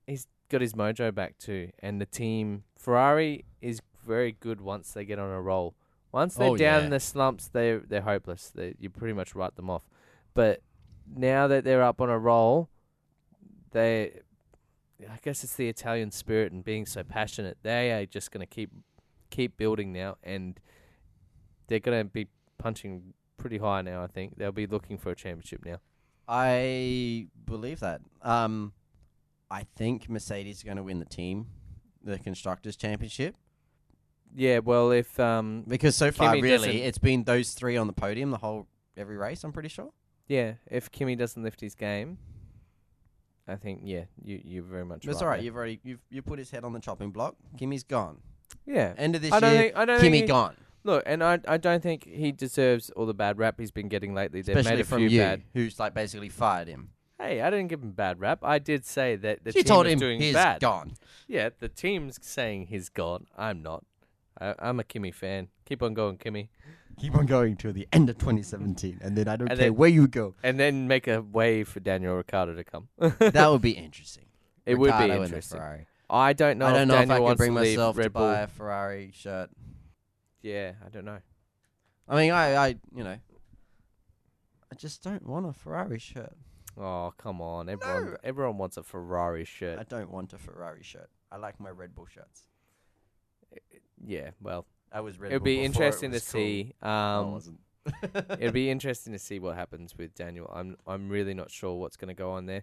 Speaker 2: he's got his mojo back too and the team Ferrari is very good once they get on a roll. Once they're
Speaker 1: Oh,
Speaker 2: down
Speaker 1: yeah.
Speaker 2: in the slumps, they they're hopeless. They you pretty much write them off. But now that they're up on a roll, they I guess it's the Italian spirit and being so passionate. They are just going to keep keep building now, and they're going to be punching pretty high now. I think they'll be looking for a championship now.
Speaker 1: I believe that. Um, I think Mercedes is going to win the team, the constructors' championship,
Speaker 2: Yeah, well, if um,
Speaker 1: because so far,
Speaker 2: Kimi
Speaker 1: really,
Speaker 2: doesn't-
Speaker 1: it's been those three on the podium the whole every race. I'm pretty sure.
Speaker 2: yeah, if Kimmy doesn't lift his game, I think yeah, you you're very much.
Speaker 1: That's
Speaker 2: right
Speaker 1: all right.
Speaker 2: there.
Speaker 1: You've already you've you put his head on the chopping block. Kimmy's gone.
Speaker 2: yeah,
Speaker 1: End of this
Speaker 2: I don't
Speaker 1: year,
Speaker 2: think I don't think
Speaker 1: Kimmy
Speaker 2: he-
Speaker 1: gone.
Speaker 2: Look, and I I don't think he deserves all the bad rap he's been getting lately. They've
Speaker 1: Especially
Speaker 2: made a
Speaker 1: from
Speaker 2: few
Speaker 1: you,
Speaker 2: bad.
Speaker 1: who's like basically fired him.
Speaker 2: Hey, I didn't give him bad rap. I did say that the
Speaker 1: she
Speaker 2: team
Speaker 1: told
Speaker 2: was
Speaker 1: him
Speaker 2: doing
Speaker 1: he's
Speaker 2: bad.
Speaker 1: gone.
Speaker 2: Yeah, the team's saying he's gone. I'm not. I, I'm a Kimmy fan. Keep on going, Kimmy.
Speaker 1: Keep on going till the end of 2017, and then I don't
Speaker 2: And
Speaker 1: care
Speaker 2: then-
Speaker 1: where you go.
Speaker 2: And then make a way for Daniel Ricciardo to come.
Speaker 1: *laughs*
Speaker 2: *laughs*
Speaker 1: that would be interesting.
Speaker 2: it would be
Speaker 1: Ricciardo in the
Speaker 2: interesting.
Speaker 1: Ferrari.
Speaker 2: I don't know
Speaker 1: I don't
Speaker 2: if
Speaker 1: know
Speaker 2: Daniel
Speaker 1: if I could
Speaker 2: wants
Speaker 1: bring
Speaker 2: to leave
Speaker 1: myself
Speaker 2: Red
Speaker 1: to
Speaker 2: Bull.
Speaker 1: buy a Ferrari shirt.
Speaker 2: Yeah, I don't know.
Speaker 1: I mean, I, I, you know, I just don't want a Ferrari shirt.
Speaker 2: Oh, come on. Everyone
Speaker 1: No.
Speaker 2: everyone wants a Ferrari shirt.
Speaker 1: I don't want a Ferrari shirt. I like my Red Bull shirts.
Speaker 2: yeah, well,
Speaker 1: I was Red
Speaker 2: it'd
Speaker 1: Bull
Speaker 2: be
Speaker 1: before it
Speaker 2: interesting
Speaker 1: was
Speaker 2: to
Speaker 1: cool.
Speaker 2: see.
Speaker 1: No,
Speaker 2: Um,
Speaker 1: it wasn't. *laughs*
Speaker 2: It'll be interesting to see what happens with Daniel. I'm I'm really not sure what's going to go on there.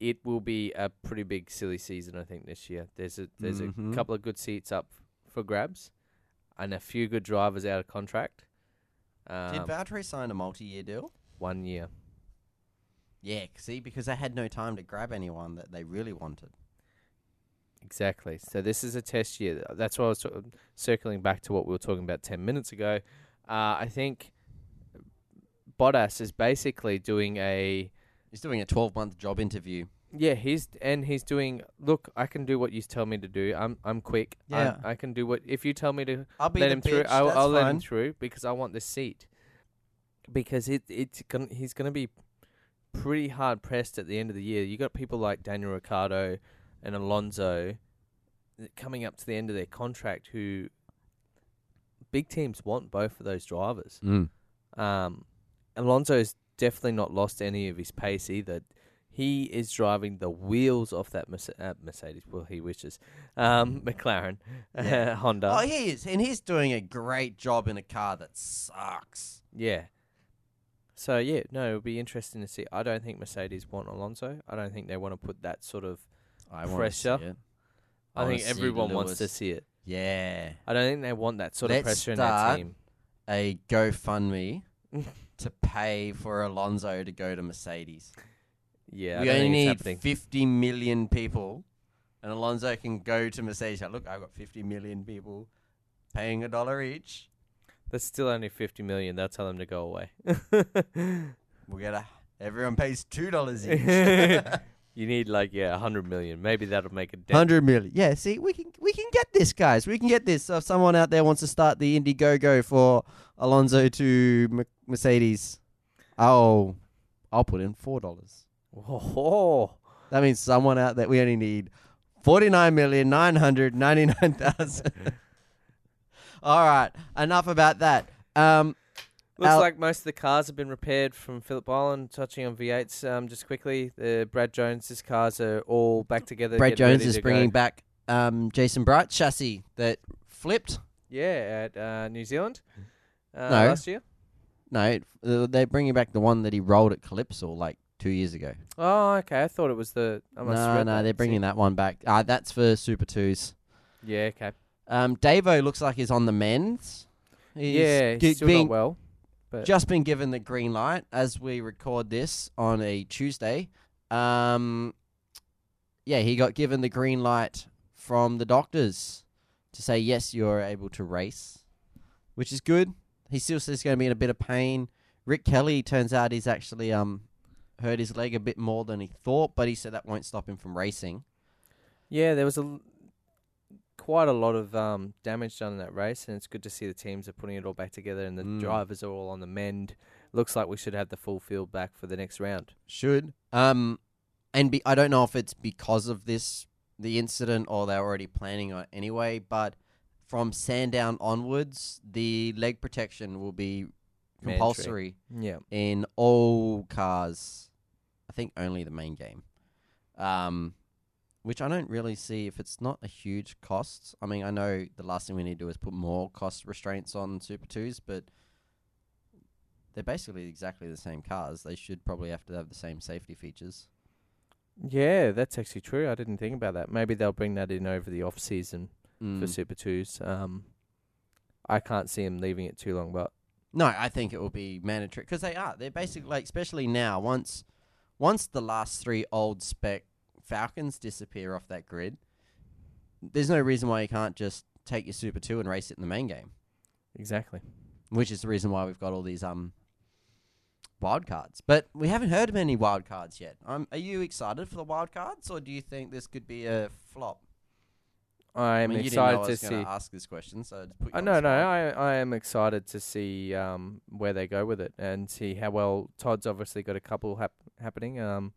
Speaker 2: It will be a pretty big silly season, I think, this year. There's a there's
Speaker 1: Mhm.
Speaker 2: a couple of good seats up for grabs, and a few good drivers out of contract.
Speaker 1: Did
Speaker 2: Um,
Speaker 1: Valtteri sign a multi-year deal?
Speaker 2: one year.
Speaker 1: Yeah, see, because they had no time to grab anyone that they really wanted.
Speaker 2: Exactly. So this is a test year. That's why I was sort of circling back to what we were talking about ten minutes ago. Uh, I think Bottas is basically doing a
Speaker 1: He's doing a 12-month job interview.
Speaker 2: Yeah, he's and he's doing. Look, I can do what you tell me to do. I'm I'm quick.
Speaker 1: Yeah.
Speaker 2: i I can do what if you tell me to
Speaker 1: I'll be
Speaker 2: let
Speaker 1: the
Speaker 2: him through.
Speaker 1: bitch,
Speaker 2: I'll,
Speaker 1: that's
Speaker 2: I'll let
Speaker 1: fine.
Speaker 2: him through because I want the seat. Because it it's gonna, he's going to be pretty hard pressed at the end of the year. You got people like Daniel Ricciardo and Alonso that coming up to the end of their contract. Who big teams want both of those drivers.
Speaker 1: Mm.
Speaker 2: Um, Alonso's definitely not lost any of his pace either. He is driving the wheels off that Merce- uh, Mercedes. Well, he wishes. Um, *laughs* McLaren,
Speaker 1: Yeah.
Speaker 2: *laughs* Honda.
Speaker 1: Oh, he is, and he's doing a great job in a car that sucks.
Speaker 2: yeah. So yeah, no, it'll be interesting to see. I don't think Mercedes want Alonso. I don't think they want to put that sort of.
Speaker 1: I
Speaker 2: wanna see Pressure.
Speaker 1: it. I
Speaker 2: I,
Speaker 1: wanna
Speaker 2: think
Speaker 1: see
Speaker 2: everyone wants to
Speaker 1: Lewis.
Speaker 2: see it.
Speaker 1: Yeah,
Speaker 2: I don't think they want that sort
Speaker 1: Let's
Speaker 2: of pressure
Speaker 1: start
Speaker 2: in
Speaker 1: a
Speaker 2: *laughs*
Speaker 1: GoFundMe
Speaker 2: their team.
Speaker 1: to pay for Alonso to go to Mercedes.
Speaker 2: yeah, I
Speaker 1: we
Speaker 2: don't
Speaker 1: only
Speaker 2: think it's
Speaker 1: need
Speaker 2: happening.
Speaker 1: fifty million people, and Alonso can go to Mercedes. Like, Look, I've got fifty million people paying a dollar each.
Speaker 2: That's still only fifty million. They'll tell them to go away. *laughs*
Speaker 1: We'll get a. Everyone pays two *laughs* dollars each.
Speaker 2: you need like yeah, a hundred million. Maybe that'll make a
Speaker 1: *laughs*
Speaker 2: dent.
Speaker 1: Hundred million. Yeah, see, we can we can get this, guys. We can get this. So if someone out there wants to start the Indiegogo for Alonso to M- Mercedes, I'll I'll put in four dollars.
Speaker 2: Oh,
Speaker 1: That means someone out there. We only need forty nine million nine hundred ninety nine thousand. *laughs* All right, enough about that. Um,
Speaker 2: looks
Speaker 1: Al-
Speaker 2: like most of the cars have been repaired from Philip Island. Touching on V8s, um, just quickly, the Brad Jones's cars are all back together.
Speaker 1: Brad
Speaker 2: getting
Speaker 1: Jones
Speaker 2: ready
Speaker 1: is
Speaker 2: to go.
Speaker 1: bringing back um Jason Bright chassis that flipped.
Speaker 2: yeah at uh, New Zealand uh,
Speaker 1: No.
Speaker 2: last year.
Speaker 1: No, uh, they're bringing back the one that he rolled at Calypso like two years ago.
Speaker 2: Oh, okay. I thought it was the. I must have
Speaker 1: no,
Speaker 2: read
Speaker 1: no,
Speaker 2: that.
Speaker 1: they're
Speaker 2: See?
Speaker 1: bringing that one back. Uh, that's for Super Twos.
Speaker 2: Yeah, okay.
Speaker 1: Um, Davo looks like he's on the men's. He's
Speaker 2: yeah, he's
Speaker 1: g-
Speaker 2: still
Speaker 1: being,
Speaker 2: not well. well.
Speaker 1: just been given the green light as we record this on a Tuesday. Um, yeah, he got given the green light from the doctors to say yes, you're able to race, which is good. He still says he's going to be in a bit of pain. Rick Kelly turns out he's actually um hurt his leg a bit more than he thought, but he said that won't stop him from racing.
Speaker 2: Yeah, there was a l- quite a lot of um, damage done in that race, and it's good to see the teams are putting it all back together, and the
Speaker 1: Mm.
Speaker 2: drivers are all on the mend. Looks like we should have the full field back for the next round.
Speaker 1: should. Um, and be, I don't know if it's because of this the incident or they're already planning on it anyway. But from Sandown onwards, the leg protection will be
Speaker 2: Mandatory.
Speaker 1: compulsory
Speaker 2: Yeah,
Speaker 1: in all cars. I think only the main game. Um, which I don't really see if it's not a huge cost. I mean, I know the last thing we need to do is put more cost restraints on Super 2s, but they're basically exactly the same cars. They should probably have to have the same safety features.
Speaker 2: Yeah, that's actually true. I didn't think about that. Maybe they'll bring that in over the off season for
Speaker 1: Mm.
Speaker 2: Super Twos. Um, I can't see him leaving it too long, but
Speaker 1: No, I think it will be mandatory because they are. They're basically like, especially now, once once the last three old spec Falcons disappear off that grid, there's no reason why you can't just take your Super Two and race it in the main game,
Speaker 2: exactly.
Speaker 1: which is the reason why we've got all these um wild cards. But we haven't heard of any wild cards yet. Um, are you excited for the wild cards, or do you think this could be a flop?
Speaker 2: I'm
Speaker 1: mean, you didn't know
Speaker 2: excited
Speaker 1: I
Speaker 2: to
Speaker 1: was gonna
Speaker 2: see.
Speaker 1: ask this question, so I just put you
Speaker 2: I
Speaker 1: on the
Speaker 2: no, no,
Speaker 1: spot.
Speaker 2: I, I am excited to see um where they go with it and see how well Todd's obviously got a couple hap- happening. Um,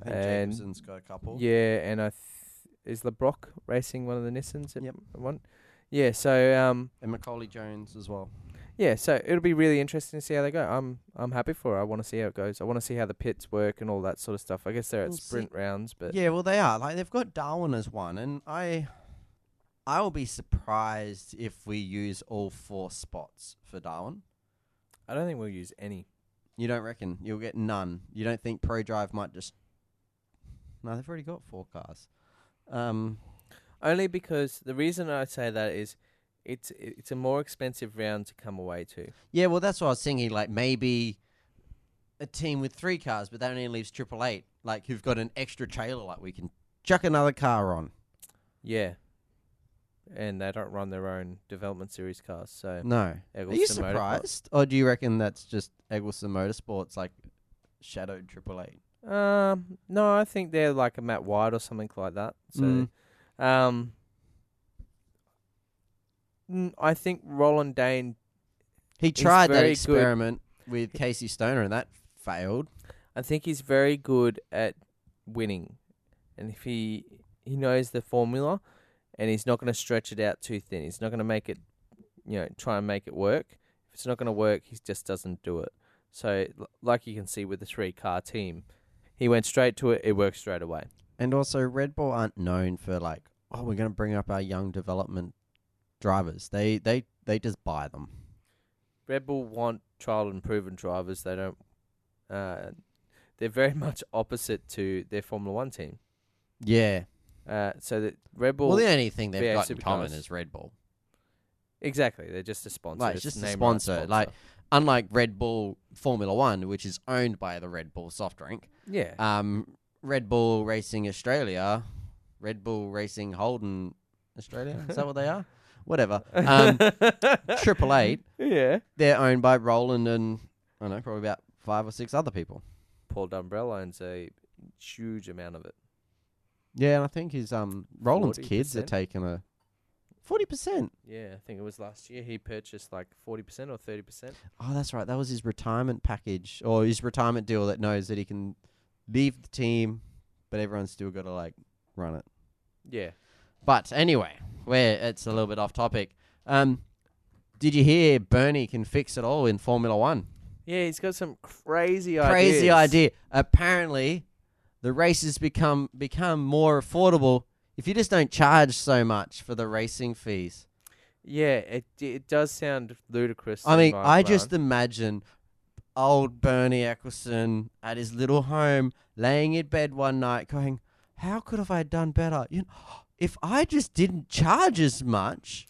Speaker 1: I think
Speaker 2: and-
Speaker 1: Jacobson's got a couple.
Speaker 2: Yeah, and I th- is LeBrock racing one of the Nissans at
Speaker 1: Yep.
Speaker 2: one. Yeah, so um,
Speaker 1: and Macaulay Jones as well.
Speaker 2: yeah, so it'll be really interesting to see how they go. I'm I'm happy for it. I want to see how it goes. I want to see how the pits work and all that sort of stuff. I guess they're at
Speaker 1: We'll see.
Speaker 2: sprint rounds, but
Speaker 1: Yeah, well, they are. Like they've got Darwin as one, and I, I will be surprised if we use all four spots for Darwin.
Speaker 2: I don't think we'll use any.
Speaker 1: You don't reckon you'll get none? You don't think ProDrive might just? No, they've already got four cars. Um,
Speaker 2: Only because the reason I say that is it's it's a more expensive round to come away to.
Speaker 1: yeah, well, that's what I was thinking. Like maybe a team with three cars, but that only leaves triple eight. Like who've got an extra trailer, like we can chuck another car on.
Speaker 2: Yeah. And they don't run their own development series cars, so
Speaker 1: No, Mm. Are you
Speaker 2: Eggleston Motor-
Speaker 1: surprised, or do you reckon that's just Eggleston Motorsports like shadowed Triple Eight?
Speaker 2: Um, no, I think they're like a Matt White or something like that. So, um, mm, I think Roland Dane.
Speaker 1: He tried that
Speaker 2: very good.
Speaker 1: experiment with Casey Stoner, and that failed.
Speaker 2: I think he's very good at winning, and if he he knows the formula, and he's not going to stretch it out too thin. He's not going to make it, you know, try and make it work. If it's not going to work, he just doesn't do it. So, l- like you can see with the three car team, he went straight to it. It worked straight away.
Speaker 1: And also, Red Bull aren't known for like, oh, we're going to bring up our young development drivers. They they they just buy them.
Speaker 2: Red Bull want trial and proven drivers. They don't. Uh, they're very *laughs* much opposite to their Formula One team.
Speaker 1: Yeah.
Speaker 2: Uh, so that Red Bull,
Speaker 1: Well, the only thing they've
Speaker 2: yeah,
Speaker 1: got in common
Speaker 2: supercars.
Speaker 1: is Red Bull.
Speaker 2: exactly. They're just a sponsor.
Speaker 1: Like, it's just a
Speaker 2: name right
Speaker 1: sponsor, like- Unlike Red Bull Formula One, which is owned by the Red Bull soft drink,
Speaker 2: yeah,
Speaker 1: um, Red Bull Racing Australia, Red Bull Racing Holden Australia. Is that what they are? Whatever.
Speaker 2: *laughs*
Speaker 1: Um, Triple Eight.
Speaker 2: yeah.
Speaker 1: They're owned by Roland and I don't know, probably about five or six other people.
Speaker 2: Paul Dumbrell owns a huge amount of it.
Speaker 1: Yeah, and I think his um Roland's kids are
Speaker 2: 40%?
Speaker 1: taking a forty percent.
Speaker 2: Yeah, I think it was last year he purchased like forty percent or thirty percent.
Speaker 1: Oh, that's right. That was his retirement package or his retirement deal that knows that he can leave the team, but everyone's still got to like run it.
Speaker 2: Yeah,
Speaker 1: But anyway, where it's a little bit off topic. Um, did you hear Bernie can fix it all in Formula One?
Speaker 2: yeah. He's got some crazy ideas.
Speaker 1: Crazy idea. Apparently, the races become become more affordable if you just don't charge so much for the racing fees.
Speaker 2: Yeah, it it does sound ludicrous.
Speaker 1: I
Speaker 2: in
Speaker 1: mean,
Speaker 2: my
Speaker 1: I
Speaker 2: mind.
Speaker 1: just imagine old Bernie Eccleston at his little home, laying in bed one night, going, "How could have I done better? You know, if I just didn't charge as much."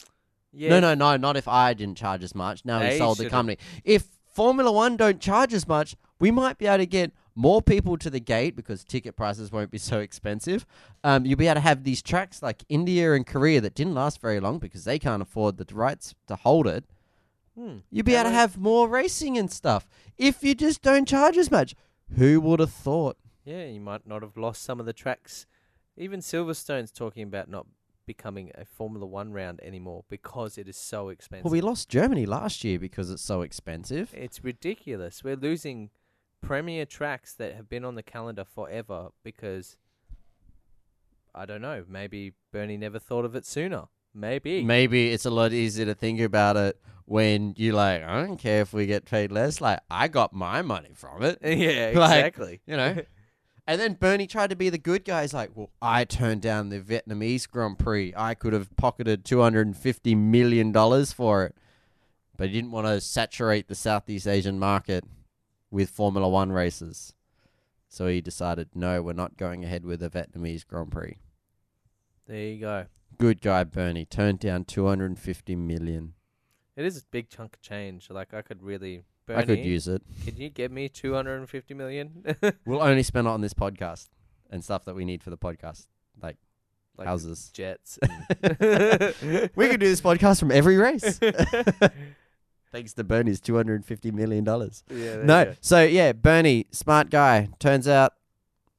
Speaker 2: yeah,
Speaker 1: No, no, no, not if I didn't charge as much. Now
Speaker 2: They
Speaker 1: he sold the
Speaker 2: should've-
Speaker 1: company. If Formula One don't charge as much, we might be able to get more people to the gate because ticket prices won't be so expensive. Um, you'll be able to have these tracks like India and Korea that didn't last very long because they can't afford the rights to hold it.
Speaker 2: Hmm.
Speaker 1: You'll be able to
Speaker 2: Hello.
Speaker 1: have more racing and stuff if you just don't charge as much. Who would have thought?
Speaker 2: Yeah, you might not have lost some of the tracks. Even Silverstone's talking about not becoming a Formula One round anymore because it is so expensive.
Speaker 1: Well, we lost Germany last year because it's so expensive.
Speaker 2: it's ridiculous. We're losing premier tracks that have been on the calendar forever because I don't know. Maybe Bernie never thought of it sooner. Maybe.
Speaker 1: maybe it's a lot easier to think about it when you like i don't care if we get paid less like i got my money from it
Speaker 2: *laughs*
Speaker 1: *laughs*
Speaker 2: yeah,
Speaker 1: Like-
Speaker 2: exactly.
Speaker 1: you know And then Bernie tried to be the good guy. He's like, well, I turned down the Vietnamese Grand Prix. I could have pocketed $250 million for it. But he didn't want to saturate the Southeast Asian market with Formula One races. So he decided, no, we're not going ahead with the Vietnamese Grand Prix.
Speaker 2: There you go.
Speaker 1: Good guy, Bernie. Turned down 250 million.
Speaker 2: It is a big chunk of change. Like I could really. Bernie,
Speaker 1: I could use it.
Speaker 2: Can you give me two hundred and fifty million? *laughs*
Speaker 1: We'll only spend it on this podcast and stuff that we need for the podcast, like
Speaker 2: like
Speaker 1: houses. *laughs*
Speaker 2: jets. *laughs* Mm.
Speaker 1: We could do this podcast from every
Speaker 2: *laughs*
Speaker 1: race. *laughs* Thanks to Bernie's $250 million.
Speaker 2: Yeah, there you
Speaker 1: No.
Speaker 2: go.
Speaker 1: So yeah, Bernie, smart guy. Turns out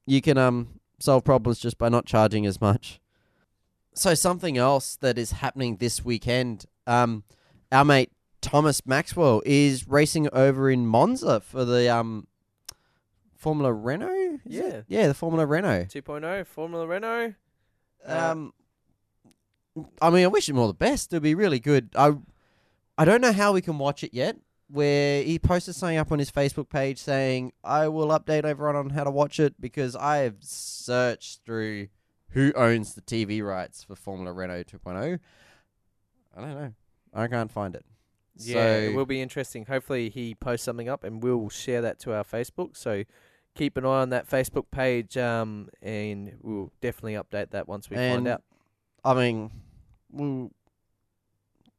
Speaker 1: you can um solve problems just by not charging as much. So something else that is happening this weekend, um, our mate Thomas Maxwell is racing over in Monza for the um Formula Renault. Is it?
Speaker 2: Yeah.
Speaker 1: yeah, the Formula Renault.
Speaker 2: 2.0 oh, Formula Renault. Uh,
Speaker 1: Um, I mean, I wish him all the best. It'll be really good. I, I don't know how we can watch it yet. Where he posted something up on his Facebook page saying, "I will update everyone on how to watch it because I have searched through who owns the TV rights for Formula Renault 2.0. I don't know. I can't find it.
Speaker 2: Yeah, it
Speaker 1: so-
Speaker 2: will be interesting. Hopefully, he posts something up, and we'll share that to our Facebook. So keep an eye on that Facebook page, um, and we'll definitely update that once we
Speaker 1: And-
Speaker 2: find out.
Speaker 1: I mean, we'll, do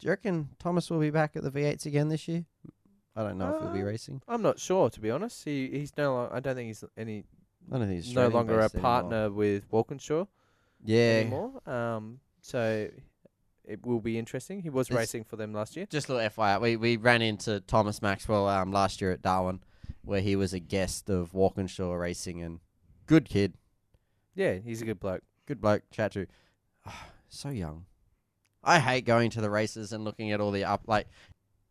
Speaker 1: you reckon Thomas will be back at the V8s again this year? I don't know if he'll be
Speaker 2: Uh,
Speaker 1: racing.
Speaker 2: I'm not sure, to be honest. He he's no, lo- I don't think he's any
Speaker 1: I don't think he's
Speaker 2: no
Speaker 1: Australian
Speaker 2: longer a
Speaker 1: based anymore.
Speaker 2: partner with Walkinshaw
Speaker 1: Yeah.
Speaker 2: anymore. Um, so it will be interesting. He was
Speaker 1: It's-
Speaker 2: racing for them last year.
Speaker 1: Just a little FYI, we we ran into Thomas Maxwell um, last year at Darwin, where he was a guest of Walkinshaw Racing, and good kid,
Speaker 2: Yeah, he's a good bloke.
Speaker 1: good bloke, chat to. *sighs* so young. I hate going to the races and looking at all the up like.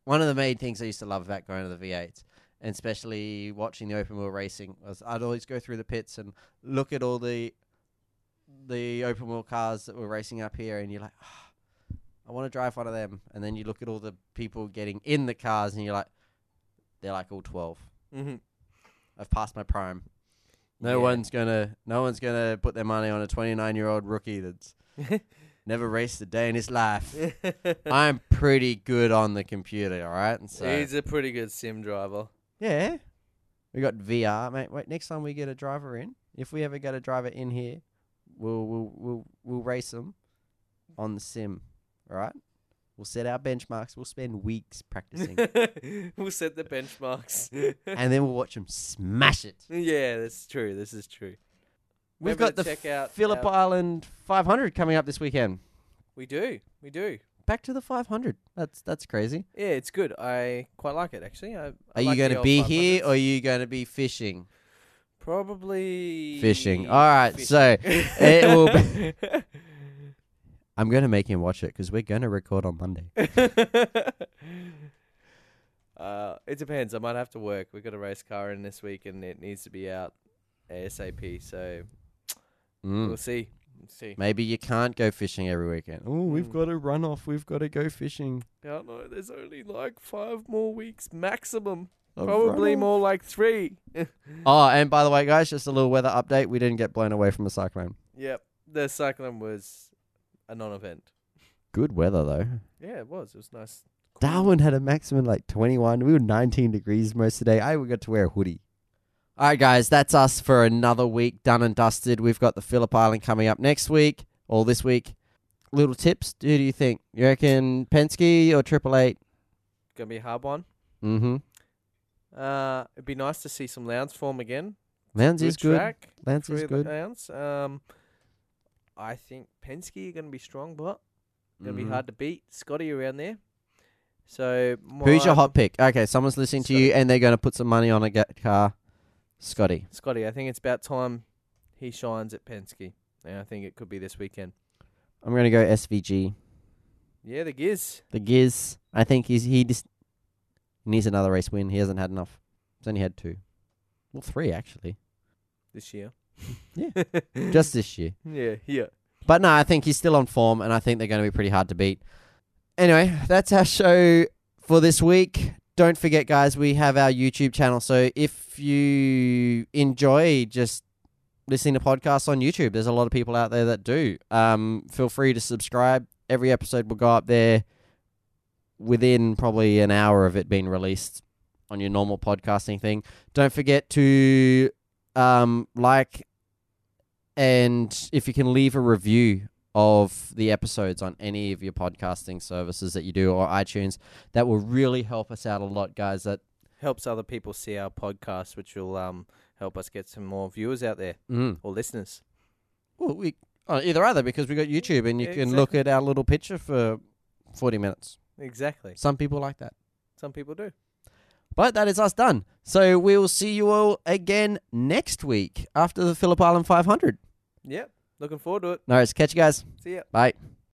Speaker 1: One of the main things I used to love about going to the V8s, and especially watching the open wheel racing, was I'd always go through the pits and look at all the the open wheel cars that were racing up here, and you're like, "Ah, I want to drive one of them. And then you look at all the people getting in the cars, and you're like, they're like all twelve.
Speaker 2: Mm-hmm.
Speaker 1: I've passed my prime. No
Speaker 2: Yeah. *laughs*
Speaker 1: one's gonna no one's gonna put their money on a 29 year old rookie
Speaker 2: *laughs*
Speaker 1: that's never raced a day in his life. I'm pretty good on the computer, all right. And so
Speaker 2: He's a pretty good sim driver.
Speaker 1: yeah, we got VR, mate. Wait, next time we get a driver in, if we ever get a driver in here, we'll we'll we'll, we'll race them on the sim, all right. We'll set our benchmarks. We'll spend weeks
Speaker 2: *laughs*
Speaker 1: practicing,
Speaker 2: we'll set the benchmarks.
Speaker 1: *laughs* and then we'll watch them smash it.
Speaker 2: yeah, that's true. This is true.
Speaker 1: We've
Speaker 2: Remember
Speaker 1: got
Speaker 2: to
Speaker 1: the
Speaker 2: check out
Speaker 1: Phillip
Speaker 2: our-
Speaker 1: Island 500 coming up this weekend.
Speaker 2: We do. We do.
Speaker 1: back to the 500. That's that's crazy.
Speaker 2: Yeah, it's good. I quite like it actually. I,
Speaker 1: Are you going to be here or are you going to be fishing?
Speaker 2: probably
Speaker 1: Fishing. All right. So *laughs* it will be- I'm going to make him watch it because we're going to record on Monday.
Speaker 2: *laughs* uh, it depends. I might have to work. We got a race car in this week, and it needs to be out ASAP. So
Speaker 1: Mm.
Speaker 2: we'll see. We'll see.
Speaker 1: Maybe you can't go fishing every weekend. Oh, we've
Speaker 2: Mm.
Speaker 1: got a run off. We've got to go fishing.
Speaker 2: I don't know. There's only like five more weeks maximum.
Speaker 1: A
Speaker 2: Probably
Speaker 1: runoff.
Speaker 2: more like three. *laughs*
Speaker 1: Oh, and by the way, guys, just a little weather update. We didn't get blown away from a cyclone.
Speaker 2: Yep. The cyclone was a non-event.
Speaker 1: Good weather though.
Speaker 2: Yeah, it was. It was nice. cool.
Speaker 1: Darwin had a maximum like 21. We were 19 degrees most of the day. I got to wear a hoodie. All right, guys, that's us for another week done and dusted. We've got the Phillip Island coming up next week or this week. Little tips. Who do you think? You reckon Penske or Triple Eight?
Speaker 2: Gonna be a hard one.
Speaker 1: Mm-hmm.
Speaker 2: Uh, it'd be nice to see some Lowndes form again.
Speaker 1: Lance is good.
Speaker 2: Track.
Speaker 1: Lance is
Speaker 2: Really
Speaker 1: good.
Speaker 2: Lowndes. Um, I think Penske are gonna be strong, but gonna
Speaker 1: Mhm.
Speaker 2: be hard to beat. Scotty around there. So
Speaker 1: Who's your
Speaker 2: my-
Speaker 1: hot pick? Okay, someone's listening to you and they're going to put some money on a get car. Scotty.
Speaker 2: Scotty? I think it's about time he shines at Penske, and I think it could be this weekend.
Speaker 1: I'm going to go SVG.
Speaker 2: Yeah, the Giz.
Speaker 1: The Giz. I think he's he just needs another race win. He hasn't had enough. He's only had two. Well, three actually,
Speaker 2: this year.
Speaker 1: *laughs* Yeah.
Speaker 2: *laughs*
Speaker 1: just this year.
Speaker 2: yeah, yeah.
Speaker 1: But no, I think he's still on form, and I think they're going to be pretty hard to beat. Anyway, that's our show for this week. Don't forget, guys, we have our YouTube channel. So if you enjoy just listening to podcasts on YouTube. There's a lot of people out there that do. Um, feel free to subscribe. Every episode will go up there within probably an hour of it being released on your normal podcasting thing. Don't forget to um, like and if you can leave a review of the episodes on any of your podcasting services that you do or iTunes, that will really help us out a lot, guys. That
Speaker 2: Helps other people see our podcast, which will um help us get some more viewers out there
Speaker 1: mm,
Speaker 2: or listeners.
Speaker 1: well, we oh, either either because we got YouTube and you can look at our little picture for forty minutes.
Speaker 2: Exactly.
Speaker 1: Some people like that.
Speaker 2: Some people do.
Speaker 1: But that is us done. So we will see you all again next week after the Phillip Island 500.
Speaker 2: Yep. Looking forward to it.
Speaker 1: No, worries. catch you guys.
Speaker 2: See ya.
Speaker 1: Bye.